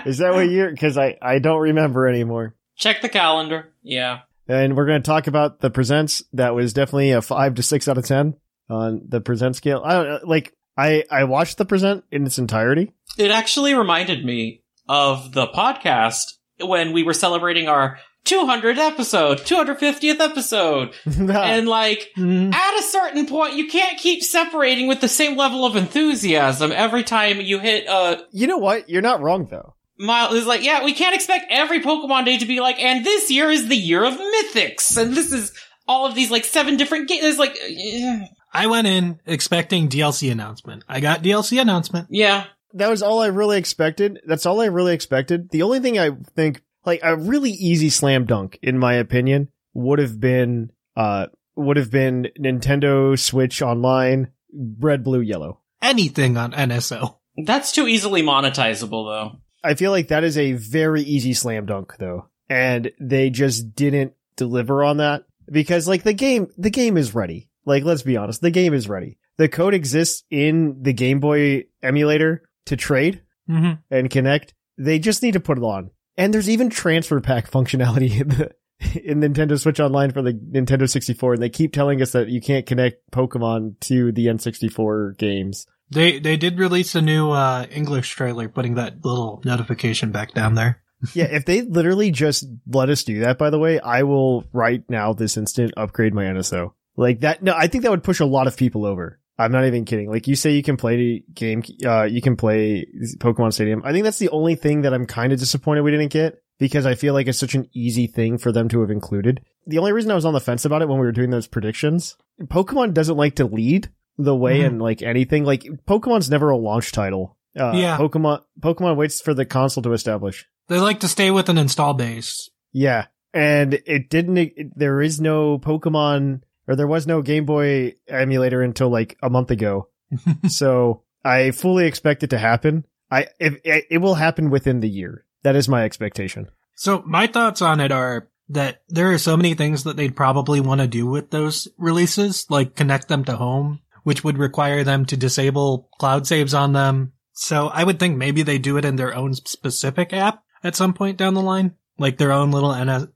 A: is that what year? Because I, I don't remember anymore.
B: Check the calendar. Yeah.
A: And we're going to talk about the presents. That was definitely a five to six out of 10 on the present scale. I don't know. Like, I, I watched the present in its entirety.
B: It actually reminded me of the podcast when we were celebrating our 200 episode, 250th episode. and like, at a certain point, you can't keep separating with the same level of enthusiasm every time you hit a
A: you know what? You're not wrong, though.
B: mile. It's like, yeah, we can't expect every Pokemon day to be like, and this year is the year of mythics. And this is all of these like seven different games. It's like, eh,
C: I went in expecting DLC announcement. I got DLC announcement.
B: yeah.
A: that was all I really expected. That's all I really expected. The only thing I think, like a really easy slam dunk, in my opinion, would have been, uh, would have been Nintendo Switch Online, red, blue, yellow.
C: Anything on NSO.
B: That's too easily monetizable though.
A: I feel like that is a very easy slam dunk though. And they just didn't deliver on that because like the game, the game is ready. Like, let's be honest. The game is ready. The code exists in the Game Boy emulator to trade.
C: Mm-hmm.
A: and connect. They just need to put it on. And there's even transfer pack functionality in the in Nintendo Switch Online for the Nintendo 64, and they keep telling us that you can't connect Pokemon to the N64 games.
C: They they did release a new uh, English trailer, putting that little notification back down there.
A: yeah, if they literally just let us do that, by the way, I will right now this instant upgrade my NSO. Like that. No, I think that would push a lot of people over. I'm not even kidding. Like you say, you can play the game. Uh, you can play Pokemon Stadium. I think that's the only thing that I'm kind of disappointed we didn't get because I feel like it's such an easy thing for them to have included. The only reason I was on the fence about it when we were doing those predictions, Pokemon doesn't like to lead the way
C: Mhm.
A: in like anything. Like Pokemon's never a launch title. Uh,
C: Yeah.
A: Pokemon Pokemon waits for the console to establish.
C: They like to stay with an install base.
A: Yeah. And it didn't, it- there is no Pokemon or there was no Game Boy emulator until like a month ago. so I fully expect it to happen. I, if, it, it will happen within the year. That is my expectation.
C: So my thoughts on it are that there are so many things that they'd probably want to do with those releases, like connect them to home, which would require them to disable cloud saves on them. So I would think maybe they do it in their own specific app at some point down the line, like their own little NSO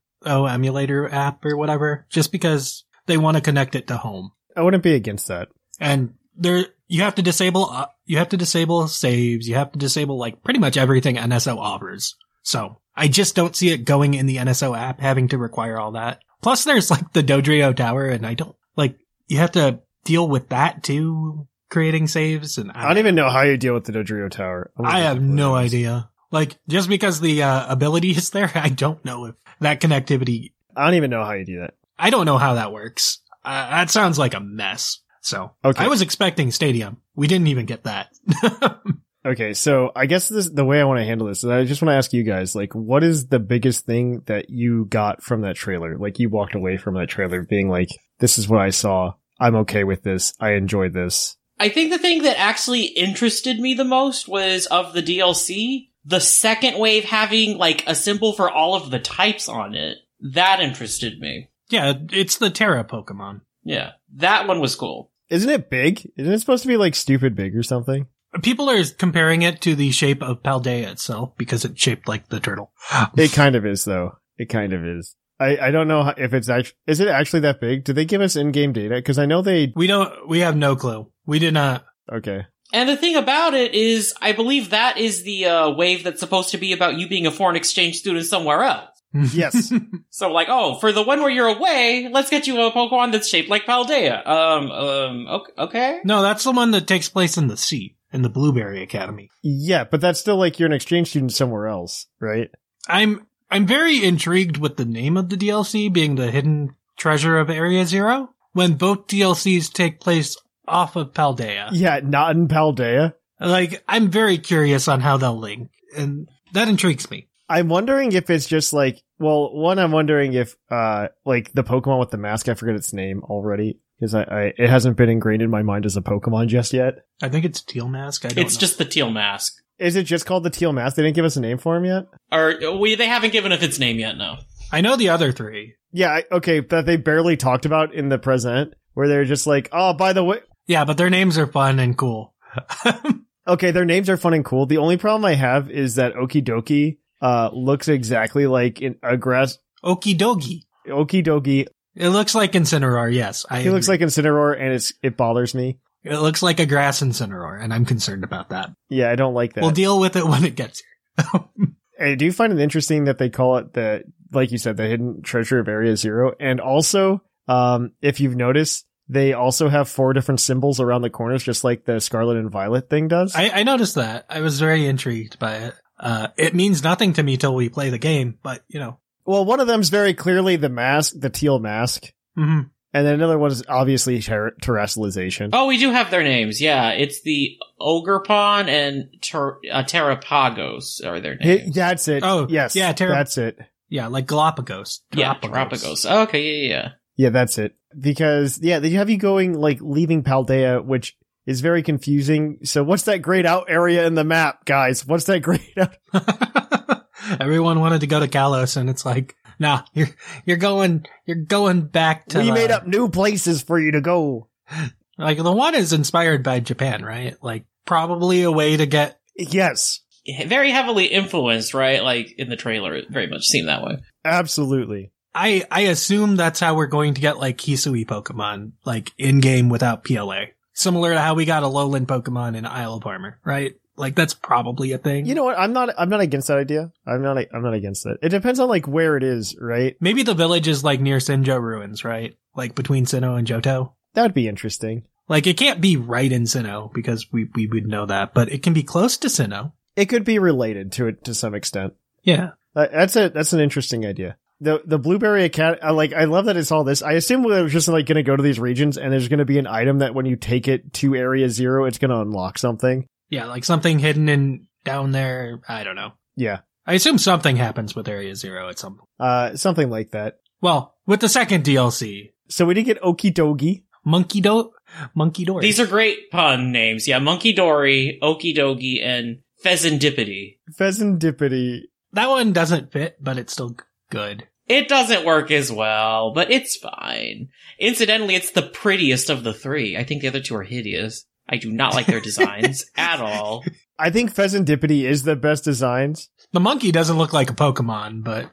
C: emulator app or whatever, just because they want to connect it to home.
A: I wouldn't be against that.
C: And there, you have to disable, uh, you have to disable saves. You have to disable like pretty much everything NSO offers. So I just don't see it going in the NSO app having to require all that. Plus there's like the Dodrio Tower and I don't like, you have to deal with that too, creating saves and
A: I don't even know how you deal with the Dodrio Tower. I'm
C: I
A: gonna
C: have
A: have to
C: no
A: look at this.
C: idea. Like just because the uh, ability is there, I don't know if that connectivity,
A: I don't even know how you do that.
C: I don't know how that works. Uh, that sounds like a mess. So
A: Okay.
C: I was expecting Stadium. We didn't even get that.
A: Okay, so I guess this the way I want to handle this, and I just want to ask you guys, like, what is the biggest thing that you got from that trailer? Like, you walked away from that trailer being like, "This is what I saw. I'm okay with this. I enjoyed this."
B: I think the thing that actually interested me the most was of the DLC, the second wave having like a symbol for all of the types on it. That interested me.
C: Yeah, it's the Terra Pokemon.
B: Yeah. That one was cool.
A: Isn't it big? Isn't it supposed to be like stupid big or something?
C: People are comparing it to the shape of Paldea itself because it's shaped like the turtle.
A: It kind of is though. It kind of is. I, I don't know how- if it's actually, is it actually that big? Did they give us in-game data? Cause I know they,
C: We don't. We have no clue. We did not.
A: okay.
B: And the thing about it is, I believe that is the uh, wave that's supposed to be about you being a foreign exchange student somewhere else.
A: Yes.
B: So like, oh, for the one where you're away, let's get you a Pokemon that's shaped like Paldea. Um, um, okay. okay.
C: No, that's the one that takes place in the sea in the Blueberry Academy.
A: yeah. But that's still like you're an exchange student somewhere else, right?
C: I'm I'm very intrigued with the name of the DLC being the hidden treasure of Area Zero. When both DLCs take place off of Paldea,
A: Yeah. Not in Paldea.
C: like I'm very curious on how they'll link, and that intrigues me.
A: I'm wondering if it's just like, well, one, I'm wondering if, uh, like the Pokemon with the mask, I forget its name already because I, I, it hasn't been ingrained in my mind as a Pokemon just yet.
C: I think it's Teal Mask. I don't
B: It's
C: know.
B: just the teal mask.
A: Is it just called the teal mask? They didn't give us a name for him yet.
B: Or we they haven't given it its name yet, no.
C: I know the other three.
A: Yeah. I- Okay. That they barely talked about in the present where they're just like, oh, by the way,
C: Yeah, but their names are fun and cool.
A: okay, their names are fun and cool. The only problem I have is that Okidoki, uh, looks exactly like in a grass,
C: Okie dokie.
A: Okidoki.
C: It looks like Incineroar. Yes, I
A: He looks
C: agree.
A: like Incineroar and it's, it bothers me.
C: it looks like a grass Incineroar, and I'm concerned about that.
A: Yeah. I don't like that.
C: We'll deal with it when it gets here.
A: I do find it interesting that they call it the, like you said, the hidden treasure of Area Zero. And also, um, if you've noticed, they also have four different symbols around the corners, just like the Scarlet and Violet thing does.
C: I, I noticed that. I was very intrigued by it. Uh, it means nothing to me till we play the game, but you know,
A: well, one of them's very clearly the mask, the teal mask.
C: hmm
A: And then another one is obviously ter- terrestrialization.
B: Oh, we do have their names. Yeah, it's the Ogrepon and Ter- uh, Terrapagos are their
A: Hi-
B: names.
A: that's it.
C: Oh,
A: yes.
C: yeah, ter-
A: that's it.
C: yeah, like Galapagos.
B: yeah, Terrapagos. Okay, yeah, yeah.
A: Yeah, that's it. Because yeah, they have you going like leaving Paldea, which is very confusing. So what's that grayed out area in the map, guys? What's that grayed out?
C: Everyone wanted to go to Kalos, and it's like, nah, you're you're going you're going back to.
A: we
C: uh,
A: made up new places for you to go.
C: like the one is inspired by Japan, right? Like probably a way to get.
A: Yes,
B: yeah. Very heavily influenced, right? Like in the trailer, it very much seemed that way.
A: absolutely.
C: I I assume that's how we're going to get like Hisui Pokemon, like in game without PLA, similar to how we got a Lowland Pokemon in Isle of Armor, right? Like that's probably a thing.
A: You know what? I'm not. I'm not against that idea. I'm not. I'm not against that. It depends on like where it is, right?
C: Maybe the village is like near Sinjo ruins, right? Like between Sinnoh and Johto.
A: That'd be interesting.
C: Like it can't be right in Sinnoh because we we would know that, but it can be close to Sinnoh.
A: It could be related to it to some extent.
C: Yeah.
A: Uh, that's a that's an interesting idea. The the blueberry academy, uh, like I love that it's all this. I assume we're just like going to go to these regions, and there's going to be an item that when you take it to area zero, it's going to unlock something.
C: Yeah, like something hidden in down there, I don't know.
A: Yeah,
C: I assume something happens with Area 0 at some
A: uh, something like that.
C: Well, with the second DLC,
A: So we did get Okidogi.
C: Monkey Do Monkey Dory.
B: These are great pun names. Yeah, Monkey Dory, Okidogi, and Pheasantipity.
A: Pheasantipity.
C: that one doesn't fit, but it's still g- good.
B: It doesn't work as well, but it's fine. Incidentally, it's the prettiest of the three. I think the other two are hideous. I do not like their designs at all.
A: I think Pheasantipity is the best designs.
C: The monkey doesn't look like a Pokemon, but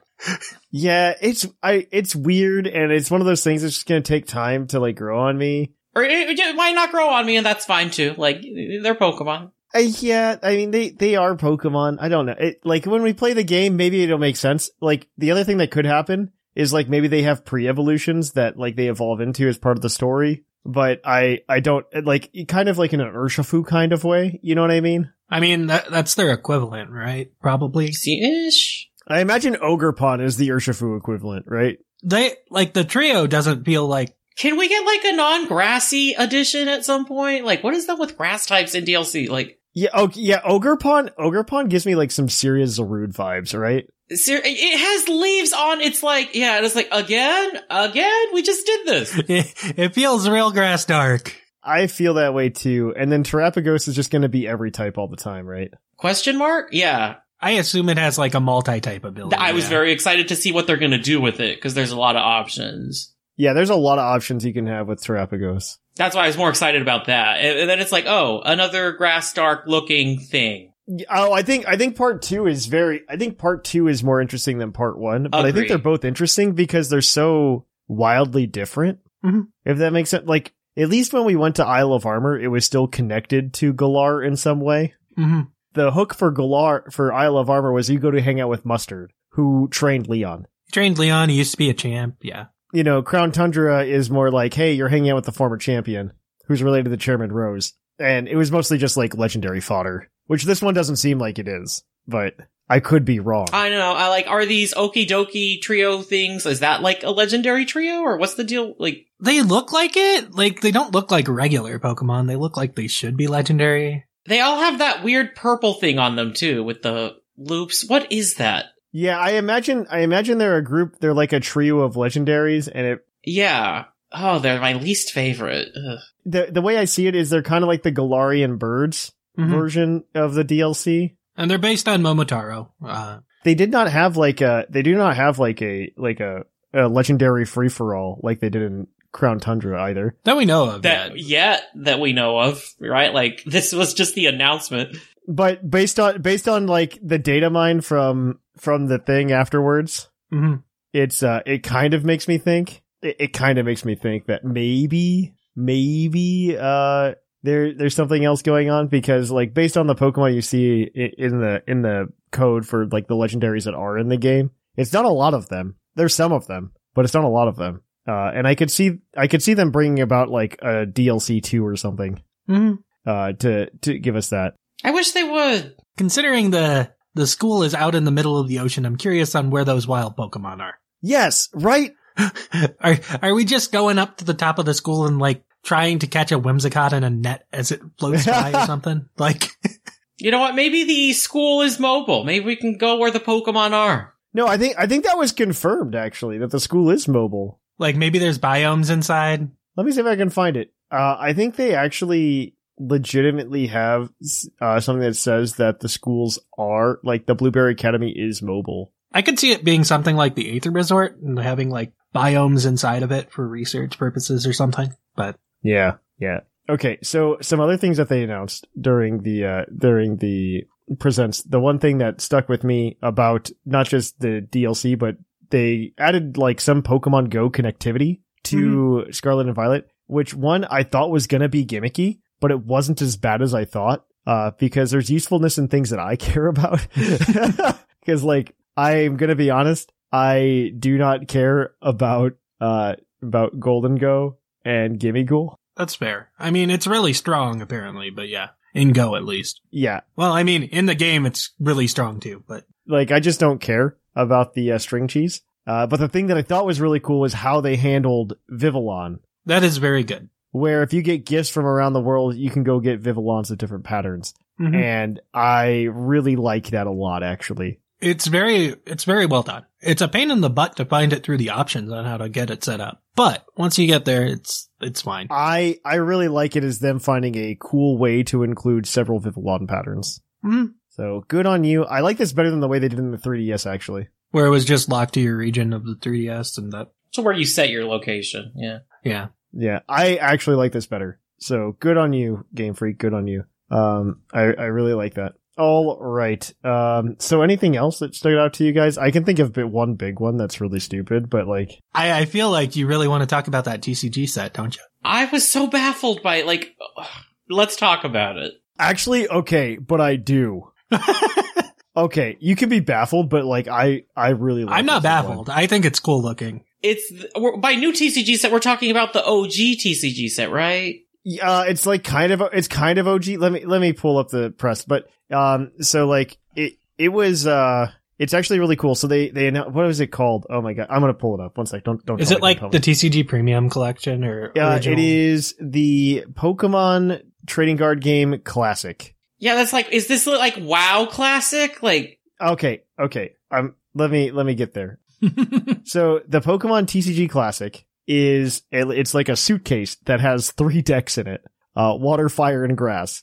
A: Yeah, it's I it's weird, and it's one of those things that's just going to take time to like grow on me.
B: Or eh, it, it- it might not grow on me, and that's fine too. Like they're Pokemon.
A: Uh, yeah, I mean they they are Pokemon. I don't know. It, like when we play the game, maybe it'll make sense. Like the other thing that could happen is like maybe they have pre-evolutions that like they evolve into as part of the story. But I I don't like kind of like in an Urshifu kind of way. You know what I mean?
C: I mean that that's their equivalent, right? Probably.
B: See ish.
A: I imagine Ogrepon is the Urshifu equivalent, right?
C: They like the trio doesn't feel like
B: Can we get like a non-grassy edition at some point? Like what is that with grass types in DLC? Like
A: Yeah. Oh, yeah. Ogrepon. Ogrepon gives me like some serious Zarude vibes, right?
B: ser- it has leaves on. It's like yeah, and it's like again, again. We just did this.
C: it, it feels real grass dark.
A: I feel that way too. And then Terrapagos is just going to be every type all the time, right?
B: Question mark? Yeah.
C: I assume it has like a multi-type ability.
B: I was
C: Oh, yeah.
B: very excited to see what they're going to do with it because there's a lot of options.
A: Yeah, there's a lot of options you can have with Terrapagos.
B: That's why I was more excited about that. And, and then it's like, oh, another grass dark looking thing.
A: Oh, I think I think part two is very. I think part two is more interesting than part one, but I
B: Agree.
A: think they're both interesting because they're so wildly different.
C: Mhm.
A: If that makes sense, like at least when we went to Isle of Armor, it was still connected to Galar in some way.
C: Mhm.
A: The hook for Galar for Isle of Armor was you go to hang out with Mustard, who trained Leon.
C: He trained Leon. He used to be a champ. Yeah.
A: You know, Crown Tundra is more like, hey, you're hanging out with the former champion who's related to Chairman Rose, and it was mostly just like legendary fodder, which this one doesn't seem like it is, but I could be wrong.
B: I don't know. I like, are these okie dokie trio things? Is that like a legendary trio or what's the deal? Like,
C: They look like it. Like they don't look like regular Pokemon. They look like they should be legendary.
B: they all have that weird purple thing on them too with the loops. What is that?
A: Yeah, I imagine I imagine they're a group, they're like a trio of legendaries and it
B: Yeah. Oh, they're my least favorite. Ugh.
A: the the way I see it is they're kind of like the Galarian birds
C: Mhm.
A: version of the DLC.
C: And they're based on Momotaro. Uh,
A: They did not have like a they do not have like a like a, a legendary free for all like they did in Crown Tundra either.
C: that we know of.
B: That,
C: yet.
B: yeah, that we know of, right? Like, this was just the announcement.
A: But based on based on like the data mine from from the thing afterwards,
C: Mhm.
A: it's uh it kind of makes me think it, it kind of makes me think that maybe maybe uh there there's something else going on because like based on the pokemon you see i- in the in the code for like the legendaries that are in the game it's not a lot of them there's some of them but it's not a lot of them uh and i could see i could see them bringing about like a dlc 2 or something
C: Mhm.
A: uh to to give us that
B: I wish they would.
C: Considering the the school is out in the middle of the ocean, I'm curious on where those wild Pokemon are.
A: yes right
C: are are we just going up to the top of the school and like trying to catch a Whimsicott in a net as it floats by or something? Like
B: You know what? Maybe the school is mobile. Maybe we can go where the Pokemon are.
A: no i think i think that was confirmed actually that the school is mobile
C: like maybe there's biomes inside.
A: Let me see if I can find it. Uh, I think they actually legitimately have uh, something that says that the schools are like the Blueberry Academy is mobile.
C: I could see it being something like the Aether Resort and having like biomes inside of it for research purposes or something. But
A: Yeah, yeah. Okay, so some other things that they announced during the uh, during the presents. The one thing that stuck with me about not just the DLC, but they added like some Pokemon Go connectivity to Scarlet and Violet, which one I thought was gonna be gimmicky, but it wasn't as bad as I thought. Uh, because there's usefulness in things that I care about. Because like I'm gonna be honest, I do not care about uh about Golden Go and Gimme Ghoul.
C: that's fair. I mean, it's really strong apparently, but yeah, in Go at least.
A: Yeah,
C: Well, I mean, in the game it's really strong too, but
A: like I just don't care about the uh, string cheese. Uh, but the thing that I thought was really cool was how they handled Vivillon,
C: that is very good.
A: where if you get gifts from around the world, you can go get Vivillons of different patterns.
C: Mhm.
A: And I really like that a lot, actually.
C: It's very, it's very well done. It's a pain in the butt to find it through the options on how to get it set up, but once you get there, it's it's fine.
A: I, I really like it as them finding a cool way to include several Vivillon patterns.
C: Mhm.
A: So good on you. I like this better than the way they did it in the 3DS, actually.
C: Where it was just locked to your region of the 3DS and that,
B: To where you set your location. Yeah.
C: yeah.
A: Yeah, I actually like this better. So good on you, Game Freak. Good on you. Um, I, I really like that. All right. Um, so anything else that stood out to you guys? I can think of bi- one big one that's really stupid, but like,
C: I, I feel like you really want to talk about that TCG set, don't you?
B: I was so baffled by it. Like, ugh, let's talk about it.
A: actually, okay, but I do. Okay, you can be baffled, but like, I, I really. Like
C: I'm not
A: this one.
C: baffled. I think it's cool looking.
B: It's th- we're, by new TCG set. We're talking about the OG TCG set, right?
A: uh it's like kind of it's kind of OG. Let me let me pull up the press, but um so like it it was uh it's actually really cool. So they they annou- what was it called? Oh my god, I'm gonna pull it up. One sec. Don't don't.
C: Is
A: tell
C: it
A: me,
C: like
A: don't
C: the
A: tell
C: TCG Premium Collection or?
A: me. uh, it
C: original?
A: is the Pokemon Trading Card Game Classic.
B: Yeah, that's like, is this like WoW classic? Like,
A: Okay, okay. Um, let me let me get there. so the Pokemon TCG Classic is it- it's like a suitcase that has three decks in it. uh, water, fire, and grass.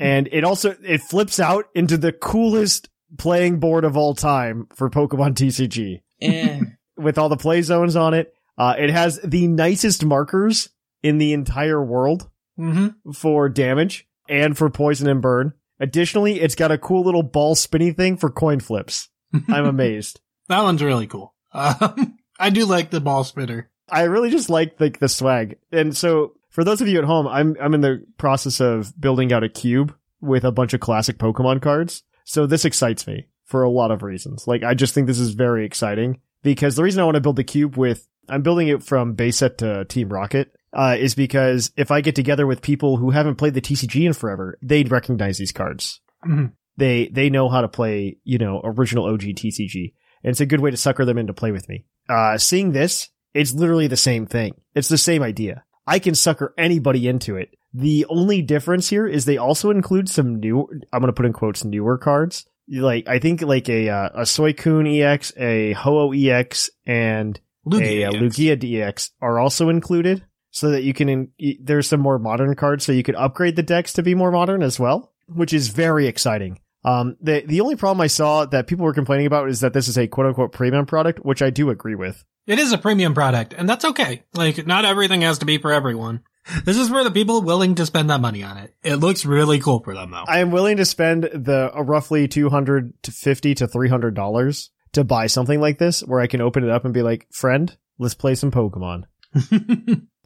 A: and it also it flips out into the coolest playing board of all time for Pokemon TCG
B: Eh.
A: with all the play zones on it. Uh, it has the nicest markers in the entire world
C: Mm-hmm.
A: for damage and for poison and burn. Additionally, it's got a cool little ball spinny thing for coin flips. I'm amazed.
C: That one's really cool. Um, I do like the ball spitter.
A: I really just like like the swag. And so for those of you at home, I'm I'm in the process of building out a cube with a bunch of classic Pokemon cards. So this excites me for a lot of reasons. Like I just think this is very exciting because the reason I want to build the cube with I'm building it from base set to Team Rocket uh, is because if I get together with people who haven't played the TCG in forever, they'd recognize these cards.
C: Mhm.
A: They they know how to play you know original OG TCG, and it's a good way to sucker them in to play with me. Uh, seeing this, it's literally the same thing. It's the same idea. I can sucker anybody into it. The only difference here is they also include some new. I'm gonna put in quotes newer cards. Like I think like a uh, a Suicune EX, a Ho-Oh EX, and
C: Lugia. E
A: a, uh, Lugia DX are also included, so that you can. In- y- there's some more modern cards, so you could upgrade the decks to be more modern as well, which is very exciting. Um, the the only problem I saw that people were complaining about is that this is a quote unquote premium product, which I do agree with.
C: It is a premium product, and that's okay. Like, not everything has to be for everyone. This is for the people willing to spend that money on it. It looks really cool for them, though.
A: I am willing to spend the uh, roughly two hundred to fifty to three hundred dollars to buy something like this, where I can open it up and be like, "Friend, let's play some Pokemon."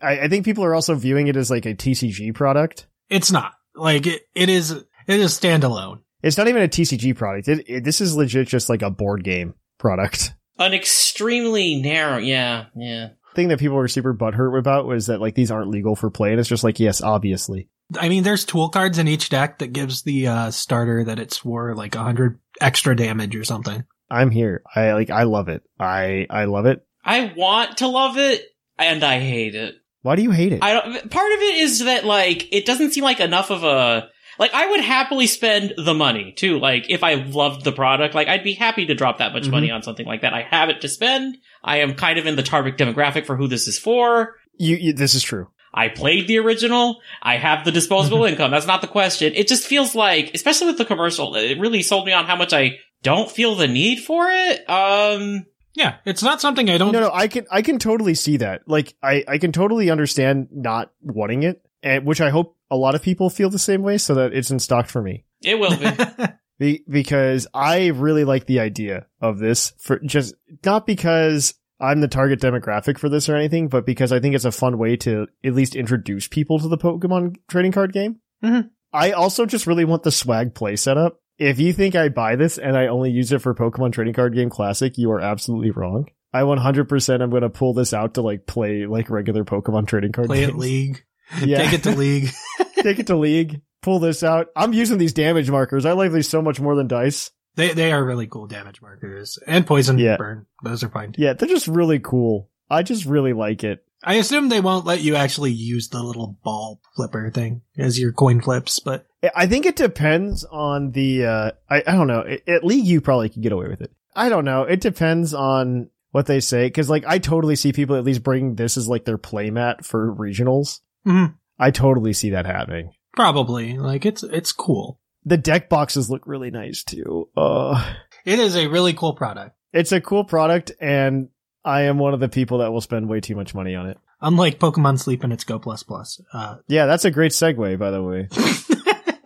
A: I, I think people are also viewing it as like a TCG product.
C: it's not. Like, it, it is, it is standalone.
A: It's not even a TCG product. It, it, this is legit just like a board game product.
B: An extremely narrow. Yeah, yeah.
A: Thing that people were super butthurt about was that like these aren't legal for play, and it's just like yes, obviously.
C: I mean, there's tool cards in each deck that gives the uh, starter that it's for like 100 extra damage or something.
A: I'm here. I like I love it. I I love it.
B: I want to love it, and I hate it.
A: Why do you hate it?
B: I don't. Part of it is that like it doesn't seem like enough of a like I would happily spend the money too. Like if I loved the product, like I'd be happy to drop that much
A: Mhm.
B: money on something like that. I have it to spend. I am kind of in the target demographic for who this is for.
A: you, you this is true.
B: I played the original. I have the disposable income. That's not the question. It just feels like, especially with the commercial, it really sold me on how much I don't feel the need for it. Um,
C: Yeah, it's not something I don't.
A: No, no, I can I can totally see that. Like I I can totally understand not wanting it, and which I hope a lot of people feel the same way, so that it's in stock for me.
B: it will be.
A: Be- because I really like the idea of this for just not because I'm the target demographic for this or anything, but because I think it's a fun way to at least introduce people to the Pokemon trading card game.
C: Mhm.
A: I also just really want the swag play setup. If you think I buy this and I only use it for Pokemon Trading Card Game Classic, you are absolutely wrong. I 100% am going to pull this out to like play like regular Pokemon trading card
C: Play
A: games.
C: it league.
A: Yeah.
C: Take it to league.
A: Take it to league. Pull this out. I'm using these damage markers. I like these so much more than dice.
C: They they are really cool damage markers and poison
A: Yeah.
C: burn. Those are fine.
A: Yeah, they're just really cool. I just really like it.
C: I assume they won't let you actually use the little ball flipper thing as your coin flips, but
A: I- I think it depends on the. Uh, I I don't know. At- At league, you probably could get away with it. I don't know. It depends on what they say because, like, I totally see people at least bringing this as like their playmat for regionals.
C: Mhm.
A: I totally see that happening.
C: probably like it's it's cool.
A: The deck boxes look really nice too. Uh,
C: It is a really cool product.
A: it's a cool product, and I am one of the people that will spend way too much money on it.
C: Unlike Pokemon Sleep and its Go Plus Plus. Uh,
A: Yeah, that's a great segue, by the way.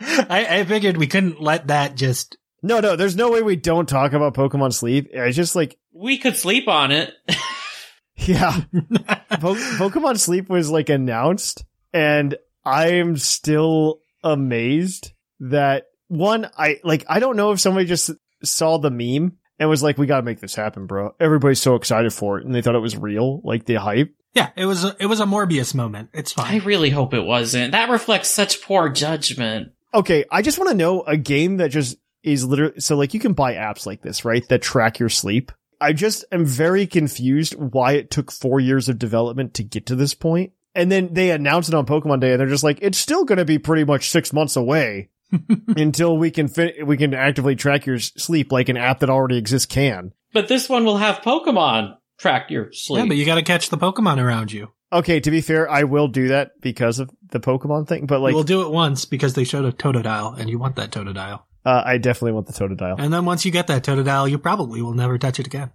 C: I, I figured we couldn't let that just.
A: No, no, there's no way we don't talk about Pokemon Sleep. It's just like
B: we could sleep on it.
A: Yeah. po- Pokemon Sleep was like announced, and I'm still amazed that one, I like, I don't know if somebody just saw the meme and was like, we gotta make this happen, bro. Everybody's so excited for it, and they thought it was real, like the hype.
C: Yeah, it was a, it was a Morbius moment. It's
B: I
C: fine.
B: really hope it wasn't. That reflects such poor judgment.
A: Okay, I just wanna know a game that just is literally, so like you can buy apps like this, right? That track your sleep. I just am very confused why it took four years of development to get to this point. And then they announce it on Pokemon Day, and they're just like, "It's still going to be pretty much six months away until we can fin- we can actively track your s- sleep like an app that already exists can."
B: But this one will have Pokemon track your sleep.
C: yeah, but you got to catch the Pokemon around you.
A: Okay, to be fair, I will do that because of the Pokemon thing, but like,
C: we'll do it once because they showed a Totodile and you want that Totodile.
A: uh, I definitely want the Totodile.
C: And then once you get that Totodile, you probably will never touch it again.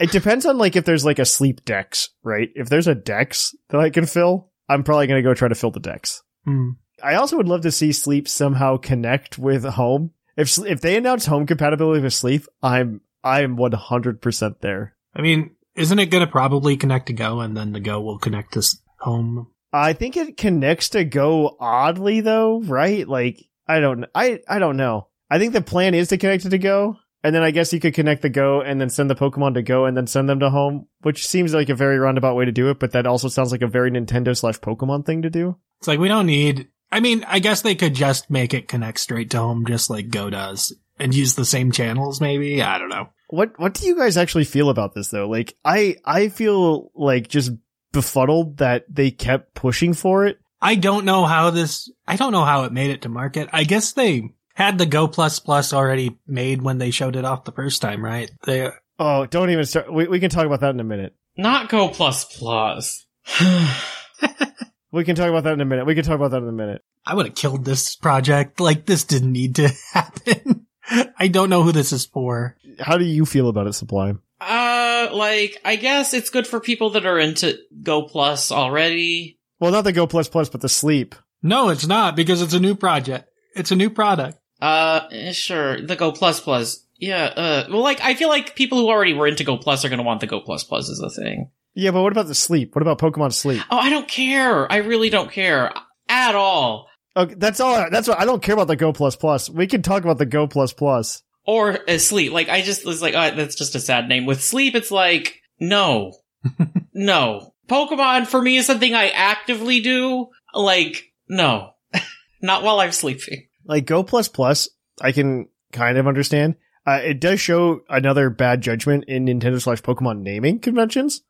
A: It depends on like if there's like a sleep dex, right? If there's a dex that I can fill, I'm probably going to go try to fill the dex.
C: Hmm.
A: I also would love to see sleep somehow connect with home. If Sl- if they announce home compatibility with sleep, I'm I'm 100% there.
C: I mean, isn't it going to probably connect to Go and then the Go will connect to s- home?
A: I think it connects to go oddly though, right? Like I don't I I don't know. I think the plan is to connect it to go and then I guess you could connect the go and then send the Pokemon to go and then send them to home, which seems like a very roundabout way to do it, but that also sounds like a very Nintendo slash Pokemon thing to do.
C: It's like, we don't need. I mean, I guess they could just make it connect straight to home just like Go does and use the same channels, maybe. I don't know.
A: What what do you guys actually feel about this though? Like I I feel like just befuddled that they kept pushing for it.
C: I don't know how this. I don't know how it made it to market. I guess they had the Go Plus Plus already made when they showed it off the first time, right? They
A: Oh, don't even start. We, we can talk about that in a minute.
B: Not Go Plus Plus.
A: We can talk about that in a minute. We can talk about that in a minute.
C: I would have killed this project. Like this didn't need to happen. I don't know who this is for.
A: How do you feel about it, Sublime?
B: Uh, like, I guess it's good for people that are into Go Plus already.
A: Well, not the Go Plus Plus, but the Sleep.
C: No, it's not because it's a new project. It's a new product.
B: Uh, eh, sure, the Go Plus Plus. Yeah, uh, well, like, I feel like people who already were into Go Plus are gonna want the Go Plus Plus as a thing.
A: Yeah, but what about the Sleep? What about Pokemon Sleep?
B: Oh, I don't care. I really don't care. At all.
A: Okay, that's all. I- That's what I don't care about the Go Plus Plus. We can talk about the Go Plus Plus.
B: Or uh, Sleep. Like, I just was like, oh, that's just a sad name. With Sleep, it's like, no. no. Pokemon, for me, is something I actively do. Like, no. Not while I'm sleeping.
A: Like Go Plus Plus, I can kind of understand. Uh, it does show another bad judgment in Nintendo slash Pokemon naming conventions.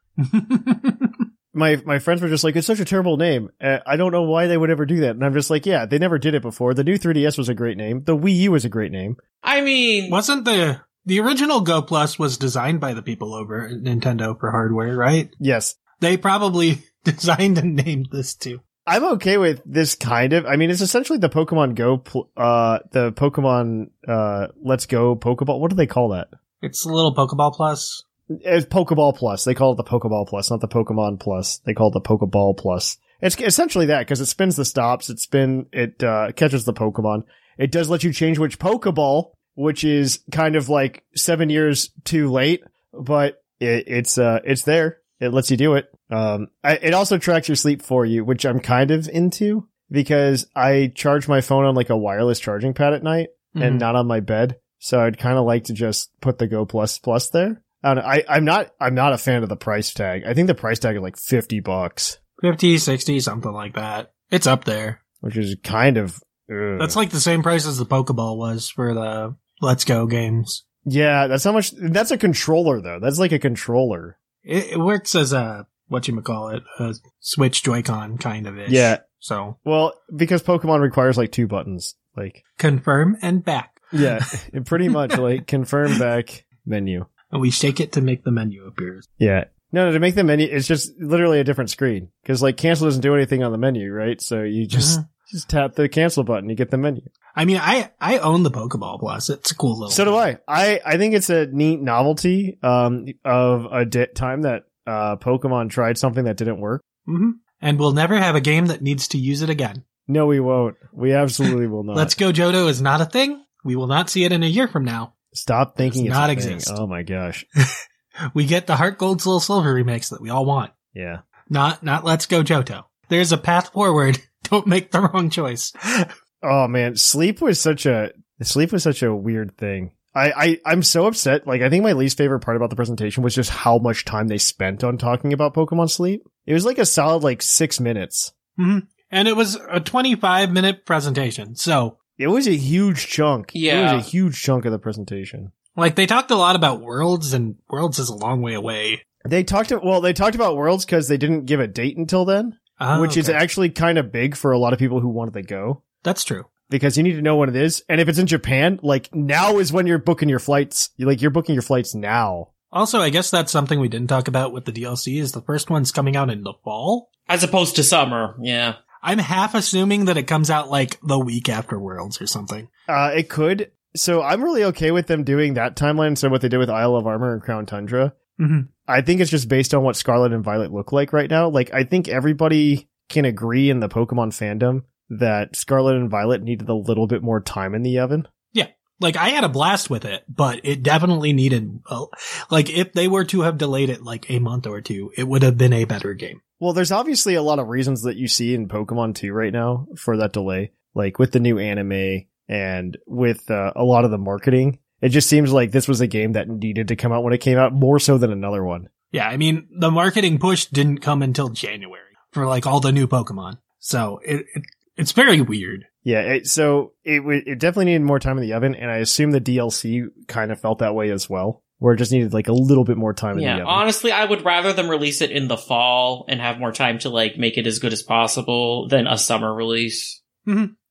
A: my my friends were just like, it's such a terrible name. Uh, I don't know why they would ever do that. And I'm just like, yeah, they never did it before. The new 3DS was a great name. The Wii U was a great name.
B: I mean,
C: Wasn't the the original Go Plus was designed by the people over at Nintendo for hardware, right?
A: Yes,
C: They probably designed and named this too.
A: I'm okay with this kind of. I mean, it's essentially the Pokemon Go, pl- uh, the Pokemon uh, Let's Go Pokeball. What do they call that?
C: It's a little Pokeball Plus.
A: It's Pokeball Plus. They call it the Pokeball Plus, not the Pokemon Plus. They call it the Pokeball Plus. It's essentially that because it spins the stops, it spin, it uh, catches the Pokemon. It does let you change which Pokeball, which is kind of like seven years too late, but it, it's uh, it's there. It lets you do it. Um, I, it also tracks your sleep for you, which I'm kind of into because I charge my phone on like a wireless charging pad at night
C: Mm-hmm.
A: and not on my bed. So I'd kind of like to just put the Go Plus Plus there. I don't know. I, I'm not. I'm not a fan of the price tag. I think the price tag is like fifty bucks,
C: 50, 60, something like that. It's up there.
A: which is kind of. ugh.
C: That's like the same price as the Pokeball was for the Let's Go games.
A: yeah. That's how much. That's a controller though. That's like a controller.
C: It, it works as a what you call it, a Switch Joy-Con kind of ish.
A: Yeah.
C: So
A: Well, because Pokemon requires like two buttons. Like
C: confirm and back,
A: yeah, it pretty much like confirm back menu.
C: and we shake it to make the menu appear.
A: Yeah. No, no, to make the menu, it's just literally a different screen because like cancel doesn't do anything on the menu, right? So you just just tap the cancel button, you get the menu.
C: I mean, I I own the Pokeball Plus. It's a cool little.
A: So do I. I I think it's a neat novelty um of a di- time that uh Pokemon tried something that didn't work.
C: hmm And we'll never have a game that needs to use it again.
A: No, we won't. We absolutely will not.
C: Let's Go Johto is not a thing. We will not see it in a year from now.
A: stop thinking
C: Does
A: it's
C: not
A: a
C: exist.
A: Thing. Oh my gosh.
C: We get the Heart Gold Soul Silver remakes that we all want.
A: Yeah.
C: Not not Let's Go Johto. There's a path forward. Don't make the wrong choice.
A: Oh man, sleep was such a sleep was such a weird thing. I, I I'm so upset. Like I think my least favorite part about the presentation was just how much time they spent on talking about Pokemon Sleep. It was like a solid like six minutes.
C: Mhm. And it was a 25 minute presentation. So,
A: It was a huge chunk. it
B: Yeah.
A: was a huge chunk of the presentation.
C: like, they talked a lot about worlds, and worlds is a long way away.
A: They talked well. They talked about Worlds because they didn't give a date until then,
C: Ah,
A: which is
C: okay.
A: actually kind of big for a lot of people who wanted to go
C: that's true.
A: because you need to know when it is. And if it's in Japan, like now is when you're booking your flights. You like you're booking your flights now.
C: Also, I guess that's something we didn't talk about with the DLC is the first one's coming out in the fall.
B: As opposed to summer, yeah.
C: I'm half assuming that it comes out like the week after Worlds or something.
A: Uh, it could. So I'm really okay with them doing that timeline. So what they did with Isle of Armor and Crown Tundra.
C: Mm-hmm.
A: I think it's just based on what Scarlet and Violet look like right now. Like, I think everybody can agree in the Pokemon fandom that Scarlet and Violet needed a little bit more time in the oven.
C: Like I had a blast with it, but it definitely needed, well, like if they were to have delayed it like a month or two, it would have been a better game.
A: Well, there's obviously a lot of reasons that you see in Pokemon 2 right now for that delay, like with the new anime and with uh, a lot of the marketing. It just seems like this was a game that needed to come out when it came out more so than another one.
C: Yeah. I mean, the marketing push didn't come until January for like all the new Pokemon. So it, it it's very weird.
A: Yeah, it, so it w- it definitely needed more time in the oven, and I assume the DLC kind of felt that way as well, where it just needed like a little bit more time in the
B: Yeah,
A: oven.
B: honestly, I would rather them release it in the fall and have more time to like make it as good as possible than a summer release.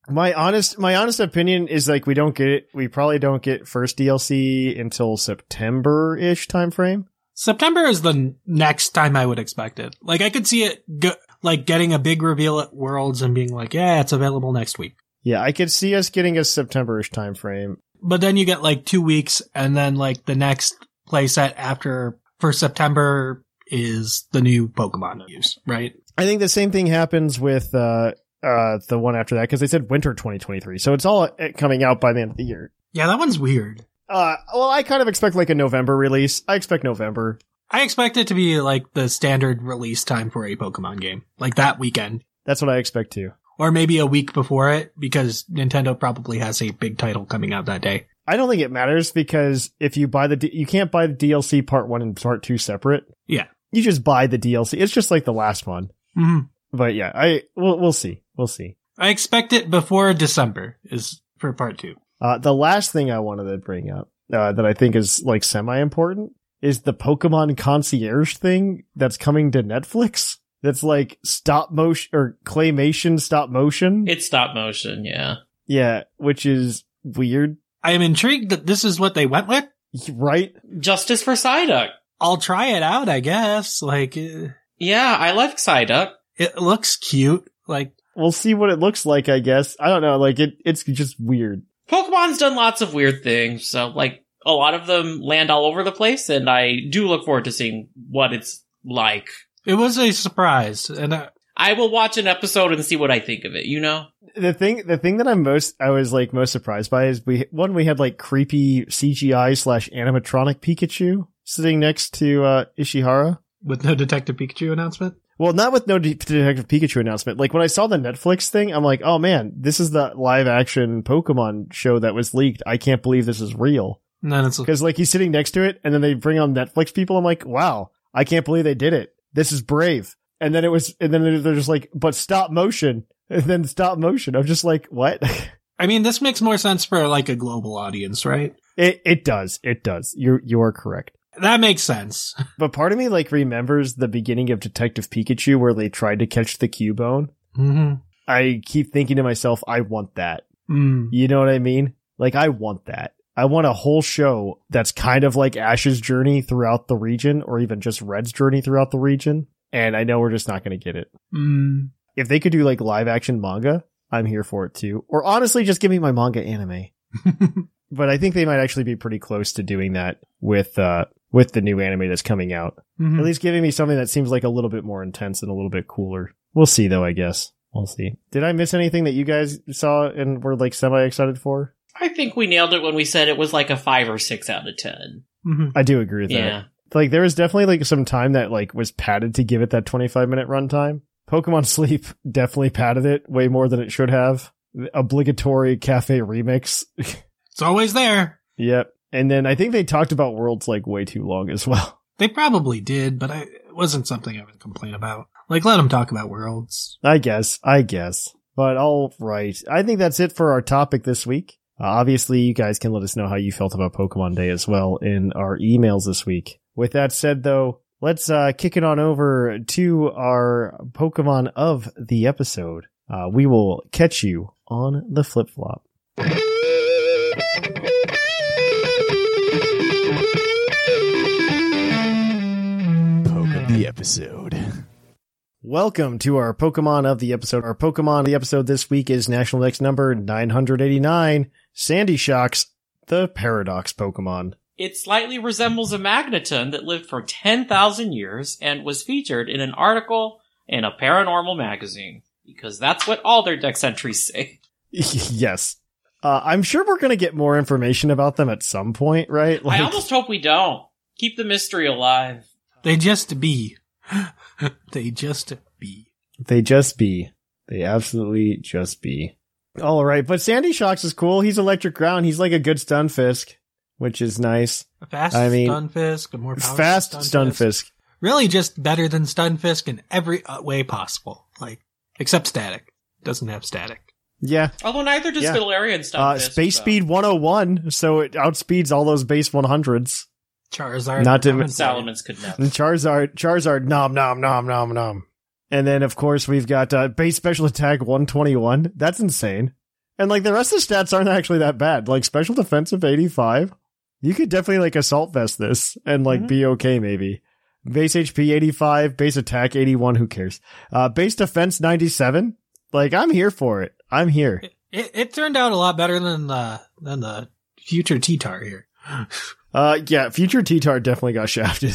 A: my honest my honest opinion is like we don't get it. We probably don't get first DLC until September ish time frame.
C: September is the n- next time I would expect it. Like I could see it go- like getting a big reveal at Worlds and being like, yeah, it's available next week.
A: Yeah, I could see us getting a September ish time frame.
C: But then you get like two weeks and then like the next playset after for September is the new Pokemon news, right?
A: I think the same thing happens with uh uh the one after that because they said winter 2023, so it's all uh, coming out by the end of the year.
C: Yeah, that one's weird.
A: Uh, well, I kind of expect like a November release. I expect November.
C: I expect it to be like the standard release time for a Pokemon game, like that weekend,
A: That's what I expect too.
C: or maybe a week before it, because Nintendo probably has a big title coming out that day.
A: I don't think it matters because if you buy the D- you can't buy the DLC part 1 and part 2 separate.
C: Yeah.
A: You just buy the DLC. It's just like the last one.
C: hmm
A: But yeah, I we'll we'll see. We'll see.
C: I expect it before December is for part two.
A: Uh the last thing I wanted to bring up uh, that I think is like semi important is the Pokemon concierge thing that's coming to Netflix. That's like stop motion or claymation stop motion.
B: It's stop motion, yeah.
A: yeah, which is weird,
C: I am intrigued that this is what they went with.
A: right?
B: Justice for Psyduck.
C: I'll try it out, I guess. Like, eh,
B: Yeah, I like Psyduck.
C: it looks cute. Like,
A: We'll see what it looks like, I guess. I don't know, like it it's just weird.
B: Pokemon's done lots of weird things, so like a lot of them land all over the place, and I do look forward to seeing what it's like.
C: it was a surprise. And uh,
B: I will watch an episode and see what I think of it, you know?
A: the thing the thing that I'm most I was like most surprised by is we one we had like creepy CGI slash animatronic Pikachu sitting next to uh Ishihara.
C: with no Detective Pikachu announcement.
A: Well, not with no De- Detective Pikachu announcement. Like when I saw the Netflix thing, I'm like, oh man, this is the live action Pokemon show that was leaked. I can't believe this is real
C: And then it's
A: because like he's sitting next to it, and then they bring on Netflix people. I'm like, wow, I can't believe they did it. This is brave. And then it was, and then they're just like, but stop motion, and then stop motion. I'm just like, what?
C: I mean, this makes more sense for like a global audience, right?
A: It it does. It does. You you are correct.
C: That makes sense.
A: But part of me like remembers the beginning of Detective Pikachu where they tried to catch the Cubone.
C: Mm-hmm.
A: I keep thinking to myself, I want that.
C: Mm.
A: You know what I mean? Like I want that. I want a whole show that's kind of like Ash's journey throughout the region or even just Red's journey throughout the region, and I know we're just not going to get it.
C: Mm.
A: If they could do like live action manga, I'm here for it too. Or honestly, just give me my manga anime. but I think they might actually be pretty close to doing that with uh with the new anime that's coming out.
C: Mhm.
A: At least giving me something that seems like a little bit more intense and a little bit cooler. We'll see though, I guess. We'll see. Did I miss anything that you guys saw and were like semi excited for?
B: I think we nailed it when we said it was like a 5 or 6 out of 10.
C: Mhm.
A: I do agree with
B: Yeah.
A: that. Like there was definitely like some time that like was padded to give it that 25 minute runtime. Pokemon Sleep definitely padded it way more than it should have. The obligatory cafe remix.
C: It's always there.
A: yep. And then I think they talked about Worlds like way too long as well.
C: They probably did, but I, it wasn't something I would complain about. Like, let them talk about worlds.
A: I guess. I guess. But all right. I think that's it for our topic this week. Uh, obviously, you guys can let us know how you felt about Pokemon Day as well in our emails this week. With that said, though, let's uh, kick it on over to our Pokemon of the episode. Uh, we will catch you on the flip flop.
F: Thank you.
A: Welcome to our Pokemon of the episode. Our Pokemon of the episode this week is National Dex number 989, Sandy Shocks, the Paradox Pokemon.
B: It slightly resembles a magneton that lived for 10,000 years and was featured in an article in a paranormal magazine. Because that's what all their dex entries say.
A: yes. Uh, I'm sure we're going to get more information about them at some point, right? Like,
B: I almost hope we don't. Keep the mystery alive.
C: They just be. they just be.
A: they just be. They absolutely just be. All right. But Sandy Shocks is cool. He's electric ground. He's like a good Stunfisk, which is nice.
C: A fast
A: I mean,
C: Stunfisk, a more powerful
A: Fast
C: Stunfisk.
A: Stunfisk.
C: Really just better than Stunfisk in every uh, way possible. Like, except static. Doesn't have static.
A: Yeah.
B: Although neither does
A: Yeah.
B: Galarian stuff.
A: Uh,
B: is,
A: space
B: so.
A: speed 101. So it outspeeds all those base 100s.
C: Charizard.
A: Not to
C: Common-
B: Salamence could never.
A: And Charizard, Charizard, nom, nom, nom, nom, nom. And then, of course, we've got uh, base special attack 121. That's insane. And, like, the rest of the stats aren't actually that bad. Like, special defense of 85. You could definitely, like, assault vest this and, like, be okay, maybe. Base HP 85, base attack 81. Who cares? Uh, base defense 97. Like, I'm here for it. I'm here.
C: It, it turned out a lot better than the, than the future T-Tar here.
A: Uh, yeah, future T-Tar definitely got shafted.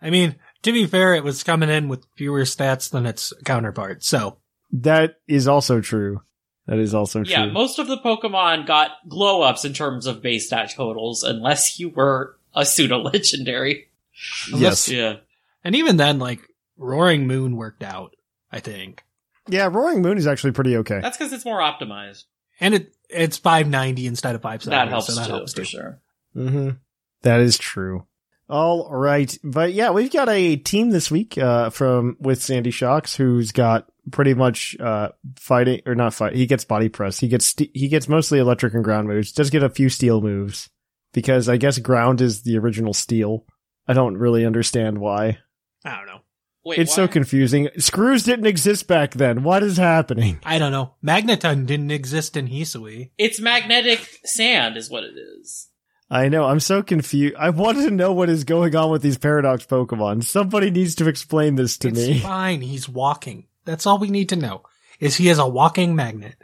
C: I mean, to be fair, it was coming in with fewer stats than its counterpart. So,
A: That is also true. That is also
B: Yeah,
A: true.
B: most of the Pokemon got glow ups in terms of base stat totals, unless you were a pseudo legendary.
A: yes.
B: Yeah.
C: and even then, like, Roaring Moon worked out, I think.
A: Yeah, Roaring Moon is actually pretty okay.
B: That's because it's more optimized.
C: And it, it's 590 instead of 570.
B: that helps
C: so that
B: too,
C: helps
B: for
C: too.
B: sure.
A: Mm-hmm. That is true. All right, but yeah, we've got a team this week uh, from with Sandy Shocks, who's got pretty much uh, fighting or not fight. He gets body press. He gets st- he gets mostly electric and ground moves. Does get a few steel moves because I guess ground is the original steel. I don't really understand why.
C: I don't know.
B: Wait,
A: it's so
B: what?
A: confusing. Screws didn't exist back then. What is happening?
C: I don't know. Magneton didn't exist in Hisui.
B: It's magnetic sand, is what it is.
A: I know. I'm so confused. I wanted to know what is going on with these paradox Pokemon. Somebody needs to explain this to
C: it's
A: me.
C: fine. He's walking. That's all we need to know. Is he is a walking magnet?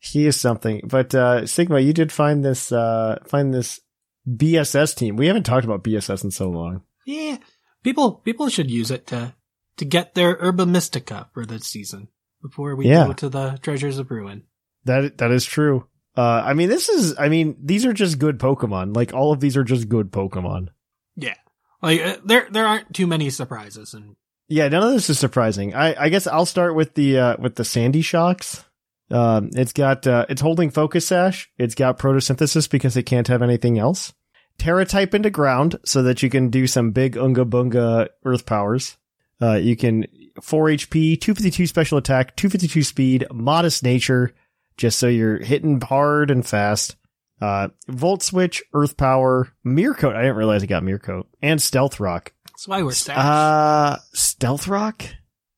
A: He is something. But uh, Sigma, you did find this uh, find this BSS team. We haven't talked about BSS in so long.
C: Yeah. People people should use it to to get their Herba Mystica for this season before we
A: Yeah.
C: go to the Treasures of Ruin.
A: That that is true. Uh, I mean, this is. I mean, these are just good Pokemon. Like all of these are just good Pokemon.
C: Yeah. Like uh, there there aren't too many surprises and
A: Yeah, none of this is surprising. I, I guess I'll start with the uh, with the Sandy Shocks. Um, it's got uh, it's holding Focus Sash. It's got Photosynthesis because it can't have anything else. Terra type into ground so that you can do some big unga bunga earth powers. Uh, you can 4 HP, 252 special attack, 252 speed, modest nature, just so you're hitting hard and fast. Uh, Volt Switch, Earth Power, Mirror Coat. I didn't realize it got Mirror Coat and Stealth Rock.
C: that's why we're stacked.
A: Uh, Stealth Rock?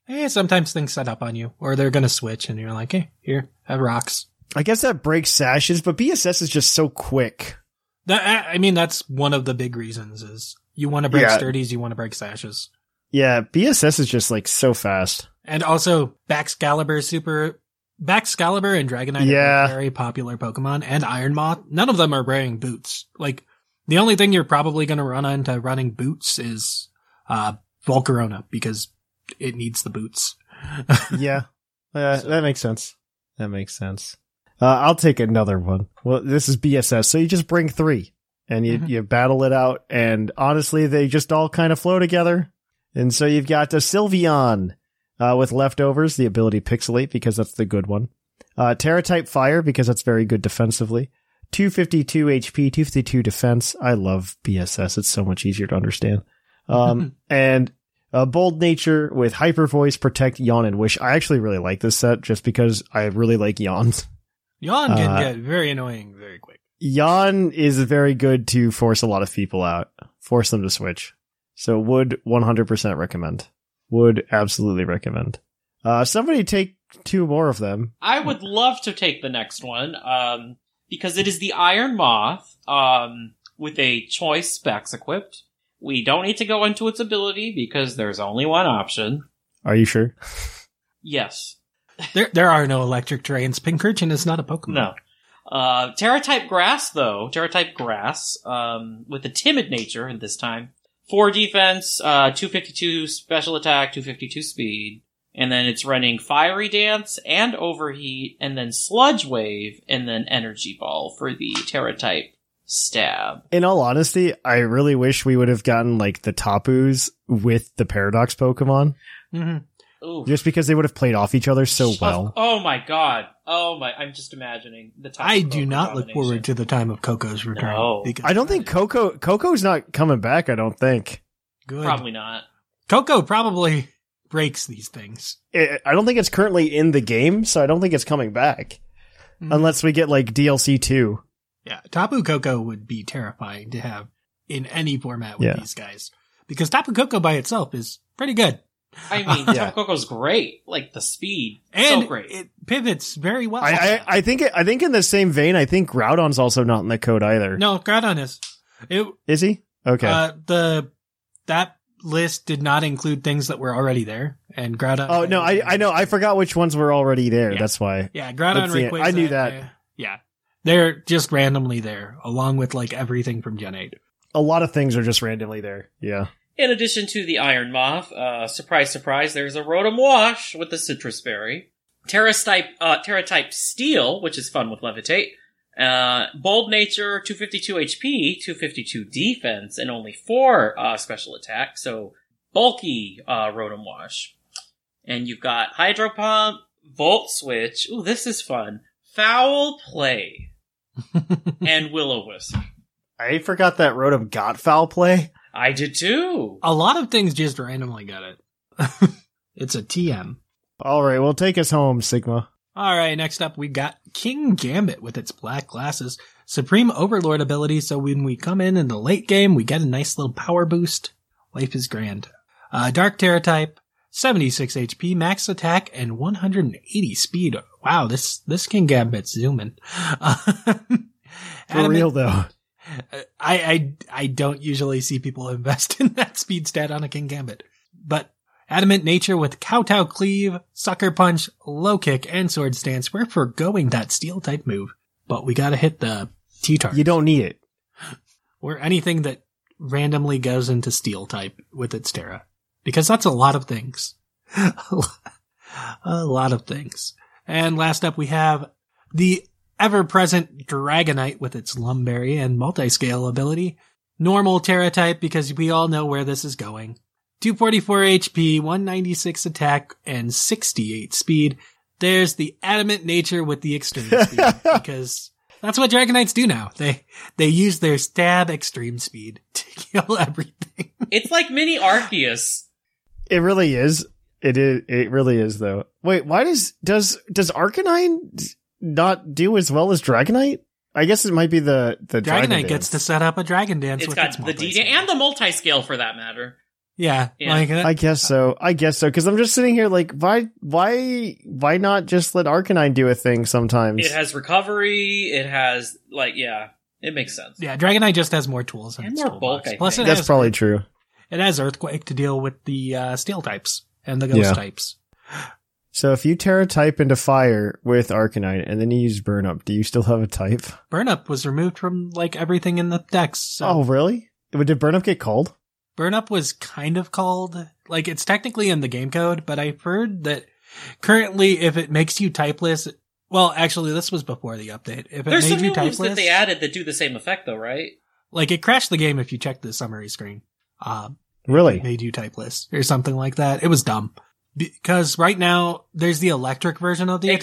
C: yeah, sometimes things set up on you or they're gonna switch and you're like, hey, here, have rocks.
A: I guess that breaks sashes, but BSS is just so quick.
C: That I I mean that's one of the big reasons is you want to break
A: Yeah.
C: sturdies, you want to break sashes.
A: Yeah, BSS is just like so fast.
C: And also Baxcalibur super Baxcalibur and Dragonite
A: Yeah.
C: are very popular Pokemon and Iron Moth. None of them are wearing boots. Like the only thing you're probably gonna run into running boots is uh Volcarona because it needs the boots.
A: yeah, uh, that makes sense. That makes sense. Uh, I'll take another one. Well, this is BSS, so you just bring three and you,
C: Mhm.
A: you battle it out. And honestly, they just all kind of flow together. And so you've got a Sylveon uh, with leftovers, the ability Pixelate because that's the good one. Uh, Terra type Fire because that's very good defensively. 252 HP, 252 defense. I love BSS. It's so much easier to understand. Um, and uh, bold nature with hyper voice, protect, yawn, and wish. I actually really like this set just because I really like yawns.
C: Yawn can
A: Uh,
C: get very annoying very quick.
A: Yawn is very good to force a lot of people out, force them to switch. So would 100% recommend. Would absolutely recommend. Uh, somebody take two more of them.
B: I would love to take the next one, um, because it is the Iron Moth, um, with a choice specs equipped. We don't need to go into its ability because there's only one option.
A: Are you sure?
B: Yes.
C: There, there are no electric terrains. Pinkerton is not a Pokemon.
B: No. Uh, Terra type grass, though. Terra type grass, um, with a timid nature at this time. Four defense, uh, 252 special attack, 252 speed. And then it's running fiery dance and overheat, and then sludge wave, and then energy ball for the Terra type stab.
A: In all honesty, I really wish we would have gotten like the Tapus with the Paradox Pokemon,
C: Mhm.
B: Ooh.
A: just because they would have played off each other so
B: Of-
A: well.
B: Oh my god. Oh my. I'm just imagining the time.
C: I do not look forward to the time of Coco's return.
B: No.
C: because-
A: I don't think Coco Coco's not coming back. I don't think.
C: Good.
B: Probably not.
C: Coco probably breaks these things.
A: I I don't think it's currently in the game, so I don't think it's coming back
C: Mm.
A: unless we get like DLC two.
C: Yeah, Tapu Koko would be terrifying to have in any format with
A: Yeah.
C: these guys because Tapu Koko by itself is pretty good
B: I mean,
A: Yeah.
B: Top Coco's great. Like the speed,
C: and
B: so great.
C: it pivots very well.
A: I, I I think it, I think in the same vein, I think Groudon's also not in the code either.
C: no, Groudon is. It
A: Is he? Okay.
C: uh, the that list did not include things that were already there, and Groudon.
A: oh no, I I know I forgot which ones were already there.
C: Yeah.
A: That's why.
C: Yeah, Groudon
A: Let's see it.
C: Rayquaza.
A: I knew that.
C: uh, yeah, they're just randomly there, along with like everything from Gen Eight.
A: A lot of things are just randomly there. Yeah.
B: In addition to the Iron Moth, uh, surprise, surprise, there's a Rotom Wash with the Citrus Berry. Terra type, uh, Terra type Steel, which is fun with Levitate. Uh, Bold Nature, 252 HP, 252 defense, and only four, uh, special attack. So, bulky, uh, Rotom Wash. And you've got Hydro Pump, Volt Switch. Ooh, this is fun. Foul Play. and Will-O-Wisp.
A: I forgot that Rotom got foul play.
B: I did too.
C: A lot of things just randomly got it. it's a TM.
A: All right, well, take us home, Sigma.
C: All right, next up we got King Gambit with its black glasses, Supreme Overlord ability. So when we come in in the late game, we get a nice little power boost. Life is grand. Uh, Dark Terra type, 76 HP, max attack, and 180 speed. Wow, this this King Gambit's zooming.
A: For real, though.
C: I, I I don't usually see people invest in that speed stat on a King Gambit. But adamant nature with kowtow cleave, sucker punch, low kick, and sword stance. We're forgoing that steel type move, but we gotta hit the T target
A: You don't need it.
C: or anything that randomly goes into steel type with its Terra, because that's a lot of things. a lot of things. And last up, we have the ever present Dragonite with its Lumberry and multi scale ability. Normal Terra type, because we all know where this is going. 244 HP, 196 attack, and 68 speed. There's the adamant nature with the extreme speed, because that's what Dragonites do now. They they use their stab extreme speed to kill everything.
B: It's like mini Arceus.
A: It really is. It is. It really is, though. Wait, why does does does Arcanine not do as well as Dragonite? I guess it might be the the Dragon
C: Dragonite gets to
A: dance.
C: set up a dragon dance
B: it's
C: with
B: got
C: its
B: the D
C: multi-scale.
B: and the multi scale for that matter.
C: yeah,
B: Yeah.
C: like uh,
A: I guess so. I guess so. Because I'm just sitting here like, why, why, why not just let Arcanine do a thing sometimes?
B: It has recovery. It has like yeah, it makes sense.
C: yeah, Dragonite just has more tools in
B: And
C: its
B: more
C: toolbox.
B: bulk, I
C: Plus,
B: think.
C: it
A: That's
C: has,
A: probably true.
C: it has earthquake to deal with the uh, steel types and the ghost
A: Yeah.
C: types.
A: So if you Terra type into fire with Arcanine and then you use Burn Up, do you still have a type?
C: Burn up was removed from like everything in the decks. So
A: Oh, really? Did Burn Up get called?
C: Burn up was kind of called like it's technically in the game code, but I've heard that currently if it makes you typeless, well, actually this was before the update. If it
B: There's
C: made
B: some
C: you
B: new moves
C: typeless,
B: that they added that do the same effect though, right?
C: like it crashed the game if you checked the summary screen. Um, it
A: Really?
C: made you typeless or something like that. It was dumb because right now there's the electric version of the attack,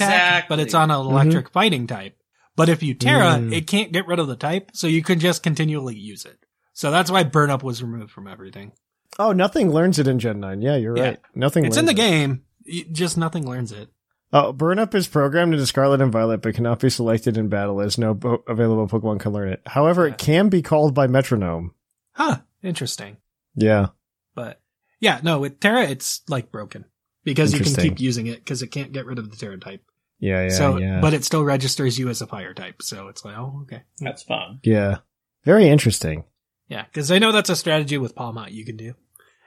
B: Exactly.
C: but it's on an electric fighting type. But if you Terra,
A: Mm-hmm. Mm.
C: it can't get rid of the type, so you can just continually use it. So that's why burn up was removed from everything.
A: Oh, nothing learns it in Gen 9. Yeah, you're
C: Yeah.
A: right. Nothing
C: It's in
A: learns
C: the
A: it.
C: game, y- just nothing learns it.
A: Oh, Burn Up is programmed into Scarlet and Violet, but cannot be selected in battle as no po- available Pokemon can learn it. However,
C: Yeah.
A: it can be called by Metronome.
C: Huh, interesting.
A: Yeah.
C: But yeah, no, with Terra, it's like broken because you can
A: Interesting.
C: keep using it because it can't get rid of the Terra type.
A: Yeah, yeah,
C: so,
A: yeah.
C: but it still registers you as a fire type. So it's like, oh, okay.
B: That's fun.
A: yeah. Very interesting.
C: Yeah. Cause I know that's a strategy with Palmot you can do.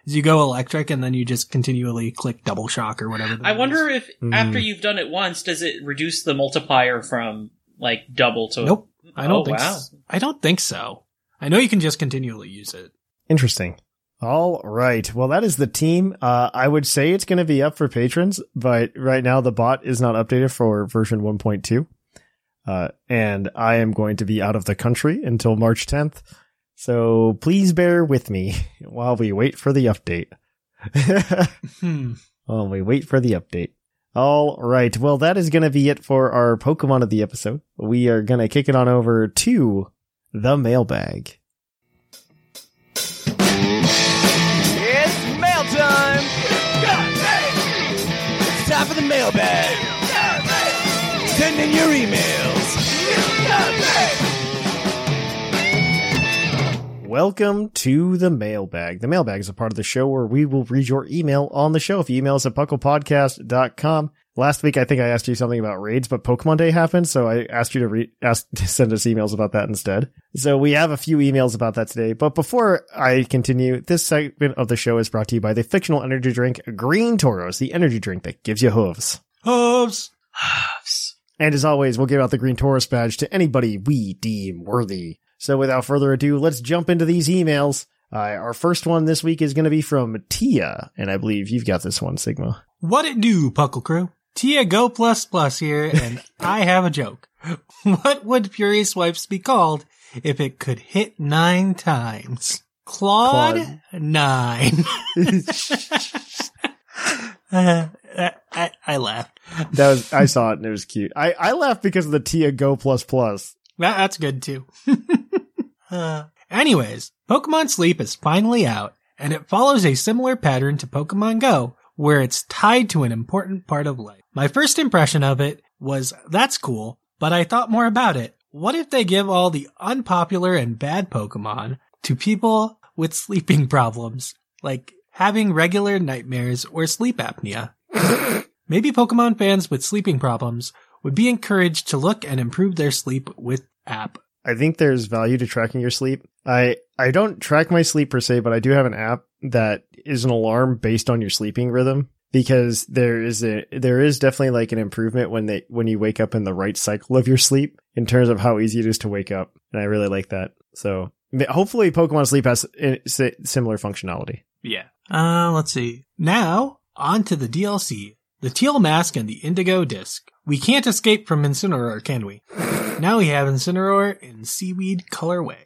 C: You go electric and then you just continually click double shock or whatever. the
B: I
C: name
B: wonder
C: is.
B: if
A: Hmm.
B: after you've done it once, does it reduce the multiplier from like double to?
C: Nope. I don't
B: Oh,
C: think.
B: wow.
C: s- I don't think so. I know you can just continually use it.
A: Interesting. All right. Well, that is the team. Uh, I would say it's going to be up for patrons, but right now the bot is not updated for version 1.2. Uh, and I am going to be out of the country until March 10th. So please bear with me while we wait for the update.
C: Hmm.
A: while we wait for the update. All right. Well, that is going to be it for our Pokemon of the episode. We are going to kick it on over to the mailbag.
D: It's mail time! It's time for the mailbag! Send in your emails!
A: Welcome to the mailbag. The mailbag is a part of the show where we will read your email on the show. If you email us at bucklepodcast.com. Last week, I think I asked you something about raids, but Pokemon Day happened, so I asked you to re- ask to send us emails about that instead. So we have a few emails about that today. But before I continue, this segment of the show is brought to you by the fictional energy drink Green Toros, the energy drink that gives you hooves.
C: Hooves.
A: And as always, we'll give out the Green Taurus badge to anybody we deem worthy. So without further ado, let's jump into these emails. Uh, our first one this week is going to be from Tia, and I believe you've got this one, Sigma.
C: What it do, Puckle Crew? Tia Go Plus Plus here, and I have a joke. What would Fury Swipes be called if it could hit nine times? Claude, Nine. Uh, I, I laughed. That,
A: That was I saw it and it was cute. I I laughed because of the Tia Go plus plus.
C: that's good too. Uh, anyways, Pokemon Sleep is finally out, and it follows a similar pattern to Pokemon Go, where it's tied to an important part of life. My first impression of it was that's cool, but I thought more about it. What if they give all the unpopular and bad Pokemon to people with sleeping problems, like having regular nightmares or sleep apnea? Maybe Pokemon fans with sleeping problems would be encouraged to look and improve their sleep with app.
A: I think there's value to tracking your sleep. I I don't track my sleep per se, but I do have an app that is an alarm based on your sleeping rhythm because there is a there is definitely like an improvement when they when you wake up in the right cycle of your sleep in terms of how easy it is to wake up, and I really like that. So m- hopefully, Pokemon Sleep has eh, si- similar functionality.
C: Yeah. Uh, let's see. Now, on to the DLC. The Teal Mask and the Indigo Disc. We can't escape from Incineroar, can we? now we have Incineroar in Seaweed Colorway.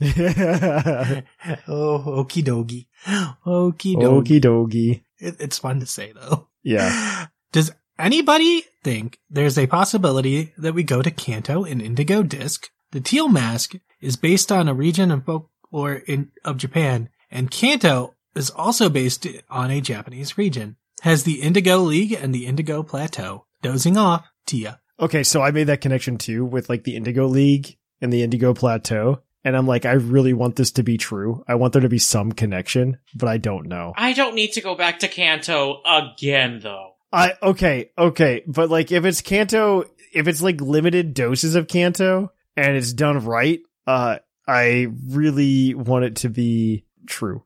C: oh, okie dokie. Okie dokie.
A: Okie dokie.
C: It, it's fun to say, though.
A: Yeah.
C: Does anybody think there's a possibility that we go to Kanto in Indigo Disc? The Teal Mask is based on a region of folklore in, of Japan, and Kanto is also based on a Japanese region. Has the Indigo League and the Indigo Plateau. Dozing off, Tia.
A: Okay, so I made that connection too with like the Indigo League and the Indigo Plateau. And I'm like, I really want this to be true. I want there to be some connection, but I don't know.
B: I don't need to go back to Kanto again, though.
A: I okay, okay, but like if it's Kanto, if it's like limited doses of Kanto and it's done right, uh I really want it to be true.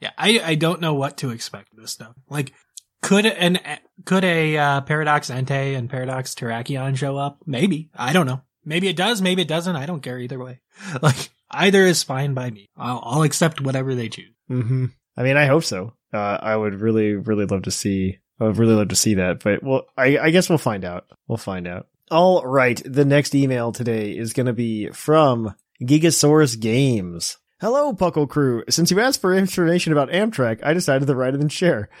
C: Yeah, I, I don't know what to expect of this stuff. Like, could an could a uh, Paradox Entei and Paradox Terrakion show up? Maybe. I don't know. Maybe it does. Maybe it doesn't. I don't care either way. Like either is fine by me. I'll, I'll accept whatever they choose.
A: Mm-hmm. I mean, I hope so. Uh, I would really, really love to see. I would really love to see that. But well, I, I guess we'll find out. We'll find out. All right. The next email today is going to be from Gigasaurus Games. Hello, Puckle Crew. Since you asked for information about Amtrak, I decided to write it and share.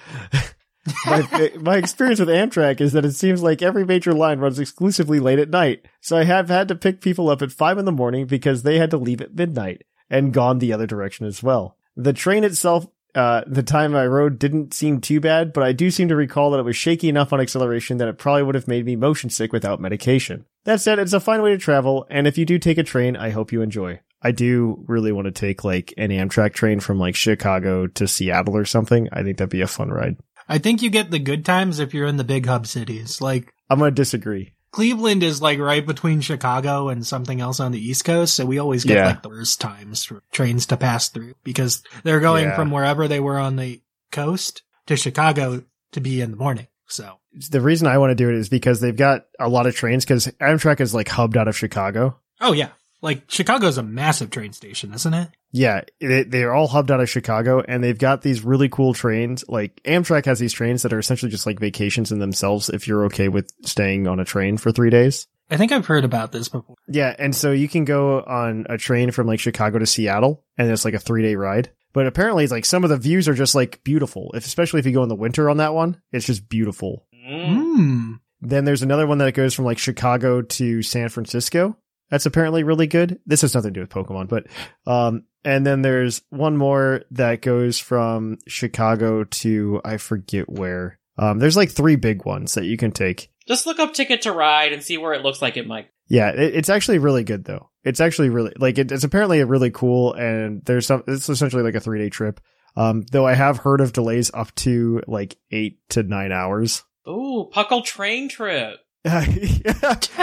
A: my, my experience with Amtrak is that it seems like every major line runs exclusively late at night. So I have had to pick people up at five in the morning because they had to leave at midnight and gone the other direction as well. The train itself, uh, the time I rode didn't seem too bad, but I do seem to recall that it was shaky enough on acceleration that it probably would have made me motion sick without medication. That said, it's a fine way to travel, and if you do take a train, I hope you enjoy. I do really want to take like an Amtrak train from like Chicago to Seattle or something. I think that'd be a fun ride.
C: I think you get the good times if you're in the big hub cities. Like
A: I'm gonna disagree.
C: Cleveland is like right between Chicago and something else on the East Coast, so we always get
A: Yeah.
C: like the worst times for trains to pass through because they're going
A: Yeah.
C: from wherever they were on the coast to Chicago to be in the morning. So
A: The reason I want to do it is because they've got a lot of trains because Amtrak is like hubbed out of Chicago.
C: Oh yeah. Like Chicago's a massive train station, isn't it?
A: Yeah, they, they're all hubbed out of Chicago, and they've got these really cool trains. Like Amtrak has these trains that are essentially just like vacations in themselves. If you're okay with staying on a train for three days,
C: I think I've heard about this before.
A: yeah, and so you can go on a train from like Chicago to Seattle, and it's like a three day ride. But apparently, it's like some of the views are just like beautiful. If, especially if you go in the winter on that one, it's just beautiful.
B: Mm.
C: Hmm.
A: Then there's another one that goes from like Chicago to San Francisco. That's apparently really good. This has nothing to do with Pokemon, but um and then there's one more that goes from Chicago to I forget where. Um there's like three big ones that you can take.
B: Just look up Ticket to Ride and see where it looks like it might.
A: Yeah, it, it's actually really good though. It's actually really like it, it's apparently a really cool and there's some it's essentially like a 3-day trip. Um though I have heard of delays up to like 8 to 9 hours.
B: Ooh, Puckle Train Trip.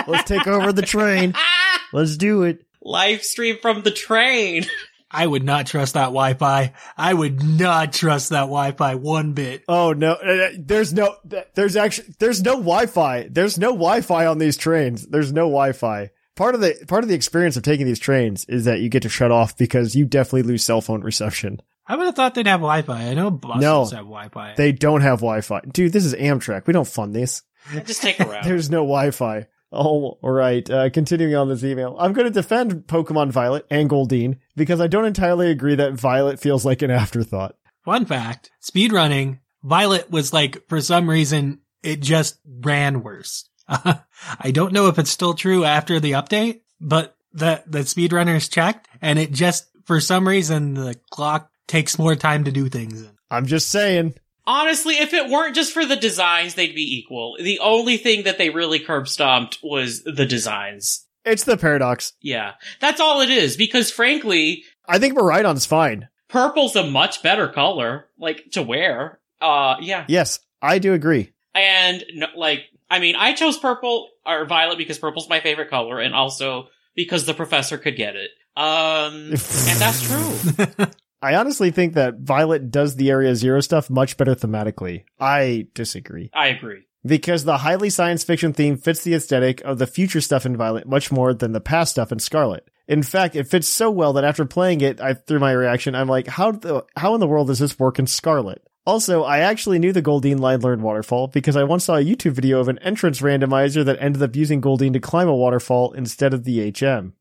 A: Let's take over the train.
B: Ah!
A: Let's do it.
B: Live stream from the train.
C: I would not trust that Wi Fi. I would not trust that Wi Fi one bit.
A: Oh no, Uh, there's no, there's actually, there's no Wi-Fi. There's no Wi-Fi on these trains. There's no Wi-Fi. Part of the, part of the experience of taking these trains is that you get to shut off because you definitely lose cell phone reception.
C: I would have thought they'd have Wi Fi. I know buses
A: No.
C: have Wi Fi.
A: They don't have Wi-Fi. Dude, this is Amtrak. We don't fund this.
B: Just take a round.
A: There's no Wi-Fi. Oh, all right. Uh, continuing on this email, I'm going to defend Pokemon Violet and Goldeen because I don't entirely agree that Violet feels like an afterthought.
C: Fun fact speedrunning, Violet was like, for some reason, it just ran worse. I don't know if it's still true after the update, but the, the speedrunners checked and it just, for some reason, the clock takes more time to do things.
A: I'm just saying.
B: Honestly, if it weren't just for the designs, they'd be equal. The only thing that they really curb stomped was the designs.
A: It's the paradox.
B: Yeah. That's all it is, because frankly,
A: I think Maridon's fine.
B: purple's a much better color, like, to wear. Uh, yeah.
A: Yes, I do agree.
B: And, no, like, I mean, I chose purple or violet because purple's my favorite color, and also because the professor could get it. Um, and that's true.
A: I honestly think that Violet does the Area Zero stuff much better thematically. I disagree.
B: I agree.
A: Because the highly science fiction theme fits the aesthetic of the future stuff in Violet much more than the past stuff in Scarlet. In fact, it fits so well that after playing it, I through my reaction, I'm like, how the, how in the world does this work in Scarlet? Also, I actually knew the Goldeen line learned waterfall because I once saw a YouTube video of an entrance randomizer that ended up using Goldeen to climb a waterfall instead of the HM.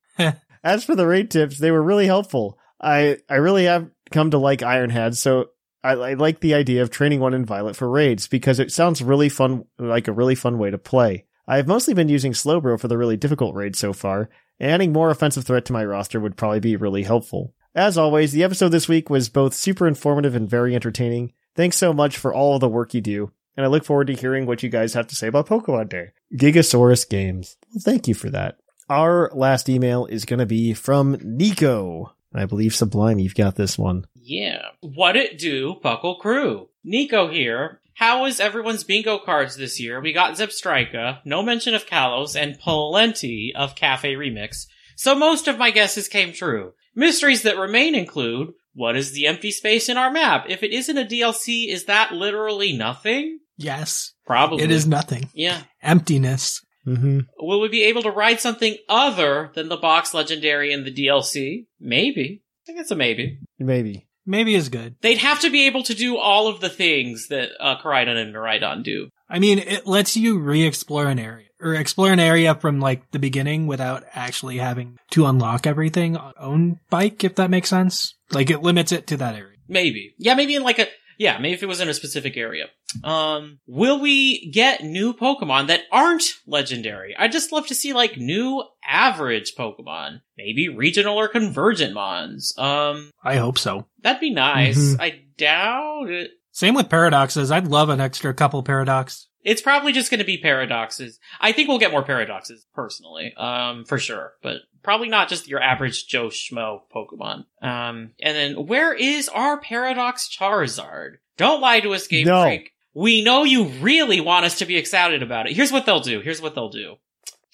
A: As for the raid tips, they were really helpful. I, I really have come to like Ironhead, so I, I like the idea of training one in Violet for raids because it sounds really fun, like a really fun way to play. I have mostly been using Slowbro for the really difficult raids so far, and adding more offensive threat to my roster would probably be really helpful. As always, the episode this week was both super informative and very entertaining. Thanks so much for all the work you do, and I look forward to hearing what you guys have to say about Pokemon Day. Gigasaurus Games. Well, thank you for that. Our last email is going to be from Nico. I believe Sublime, you've got this one.
B: Yeah. What it do, Puckle Crew? Nico here. How is everyone's bingo cards this year? We got Zipstrika, no mention of Kalos, and plenty of Cafe Remix, so most of my guesses came true. Mysteries that remain include what is the empty space in our map? If it isn't a DLC, is that literally nothing?
C: Yes,
B: Probably.
C: it is nothing.
B: Yeah.
C: Emptiness.
A: Mm-hmm.
B: Will we be able to ride something other than the box legendary in the DLC? Maybe. I think it's a maybe.
A: Maybe.
C: Maybe is good.
B: They'd have to be able to do all of the things that uh, Koridon and Miraidon do.
C: I mean, it lets you re-explore an area or explore an area from like the beginning without actually having to unlock everything on your own bike, if that makes sense. Like it limits it to that area.
B: Maybe. Yeah, maybe in like a, yeah, maybe if it was in a specific area. Um, will we get new Pokemon that aren't legendary? I'd just love to see like new average Pokemon. Maybe regional or convergent mons. Um,
C: I hope so.
B: that'd be nice.
A: Mhm.
B: I doubt it.
C: Same with paradoxes. I'd love an extra couple paradox.
B: It's probably just going to be paradoxes. I think we'll get more paradoxes personally, um, for sure, but probably not just your average Joe Schmo Pokemon. Um, and then where is our paradox Charizard? Don't lie to us, Game
A: No.
B: Freak. We know you really want us to be excited about it. Here's what they'll do. Here's what they'll do.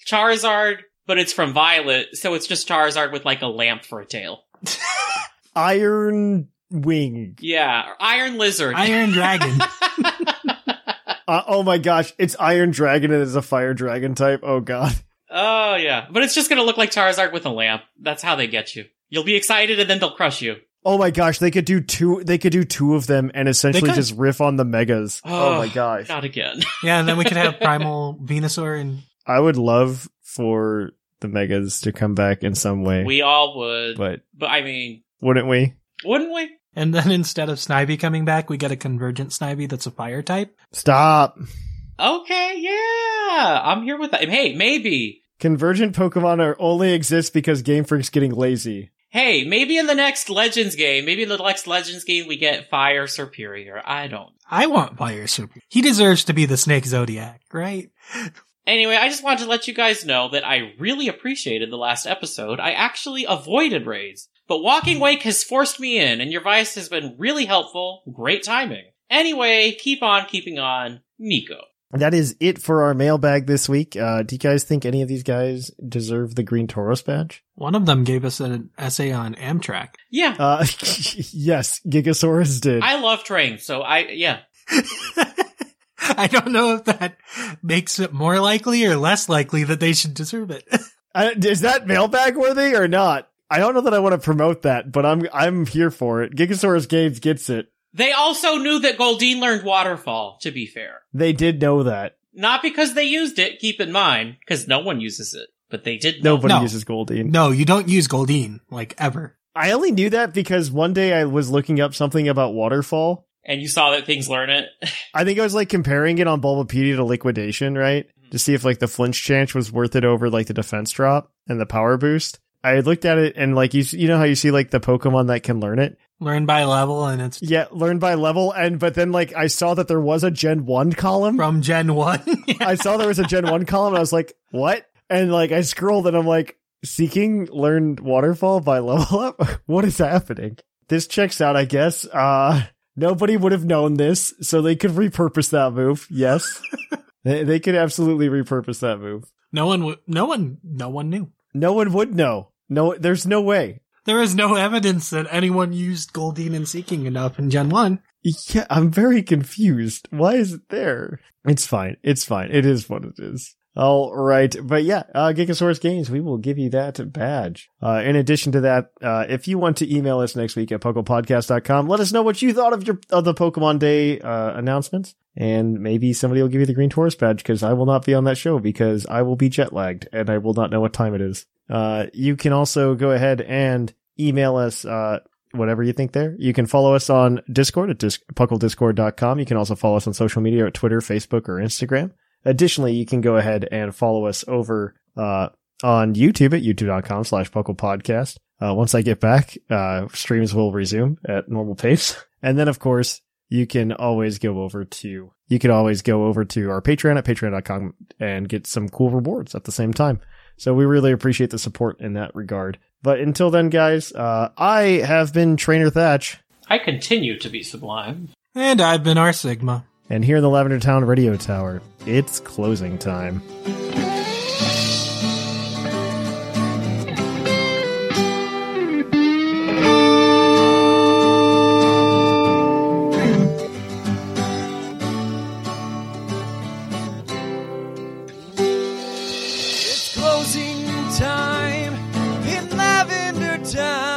B: Charizard, but it's from Violet, so it's just Charizard with like a lamp for a tail.
A: Iron Wing.
B: Yeah, or Iron Lizard.
C: Iron Dragon.
A: Uh, oh my gosh, it's Iron Dragon and it's a Fire Dragon type. Oh god.
B: oh yeah, but it's just gonna look like Charizard with a lamp. That's how they get you. You'll be excited and then they'll crush you.
A: Oh my gosh, they could do two. They could do two of them and essentially
C: could.
A: just riff on the megas. Oh,
B: Oh,
A: my gosh,
B: Not again.
C: yeah, and then we could have Primal Venusaur and
A: I would love for the megas to come back in some way,
B: We all would, but,
A: but
B: I mean,
A: wouldn't we?
B: wouldn't we?
C: and then instead of Snivy coming back, we get a convergent Snivy that's a fire type.
A: Stop.
B: Okay, yeah, I'm here with that. And Hey, maybe.
A: Convergent Pokemon are only exists because Game Freak's getting lazy.
B: Hey, maybe in the next Legends game, maybe in the next Legends game, we get Fire Superior. I don't.
C: I want Fire Super. He deserves to be the Snake Zodiac, right?
B: Anyway, I just wanted to let you guys know that I really appreciated the last episode. I actually avoided raids, but Walking Wake has forced me in, and your advice has been really helpful. Great timing. Anyway, keep on keeping on, Nico.
A: That is it for our mailbag this week. Uh, do you guys think any of these guys deserve the Green Tauros badge?
C: One of them gave us an essay on Amtrak.
B: Yeah,
A: Uh, yes, Gigasaurus did.
B: I love trains, so I yeah.
C: I don't know if that makes it more likely or less likely that they should deserve it.
A: I, is that mailbag worthy or not? I don't know that I want to promote that, but I'm I'm here for it. Gigasaurus Games gets it.
B: They also knew that Goldeen learned Waterfall. To be fair,
A: They did know that.
B: not because they used it. Keep in mind, because no one uses it, but they did. Know.
A: Nobody
C: No.
A: uses Goldeen.
C: no, you don't use Goldeen, like ever.
A: I only knew that because one day I was looking up something about waterfall.
B: and you saw that things learn it.
A: I think I was like comparing it on Bulbapedia to liquidation, right?
C: Mm.
A: To see if like the flinch chance was worth it over like the defense drop and the power boost. I had looked at it and like you s- you know how you see like the Pokemon that can learn it?
C: Learn by level and it's
A: Yeah, learn by level and but then like I saw that there was a Gen 1 column.
C: from Gen 1. Yeah.
A: I saw there was a Gen 1 column. And I was like, what? And like, I scrolled and I'm like, seeking learned waterfall by level up? what is happening? This checks out, I guess. Uh, nobody would have known this, so they could repurpose that move. Yes. they, they could absolutely repurpose that move.
C: No one, w- no one, no one knew.
A: No one would know. No, there's no way.
C: There is no evidence that anyone used Goldeen and Seeking enough in Gen 1.
A: Yeah, I'm very confused. Why is it there? It's fine. It's fine. It is what it is. All right. But yeah, uh, Gigasaurus Games, we will give you that badge. Uh, in addition to that, uh, if you want to email us next week at PokePodcast.com, let us know what you thought of your of the Pokemon Day uh, announcements. And maybe somebody will give you the Green Taurus badge because I will not be on that show because I will be jet lagged and I will not know what time it is. Uh, you can also go ahead and email us uh, whatever you think there. You can follow us on Discord at disc- pucklediscord.com. You can also follow us on social media at Twitter, Facebook, or Instagram. Additionally, you can go ahead and follow us over uh, on YouTube at youtube.com slash pucklepodcast. Uh, once I get back, uh, streams will resume at normal pace. And then, of course, you can always go over to you can always go over to our Patreon at patreon.com and get some cool rewards at the same time. So we really appreciate the support in that regard. But until then, guys, uh, I have been Trainer Thatch,
B: I continue to be sublime.
C: And I've been R Sigma.
A: and here in the Lavender Town Radio Tower, it's closing time.
F: It's closing time in Lavender Town.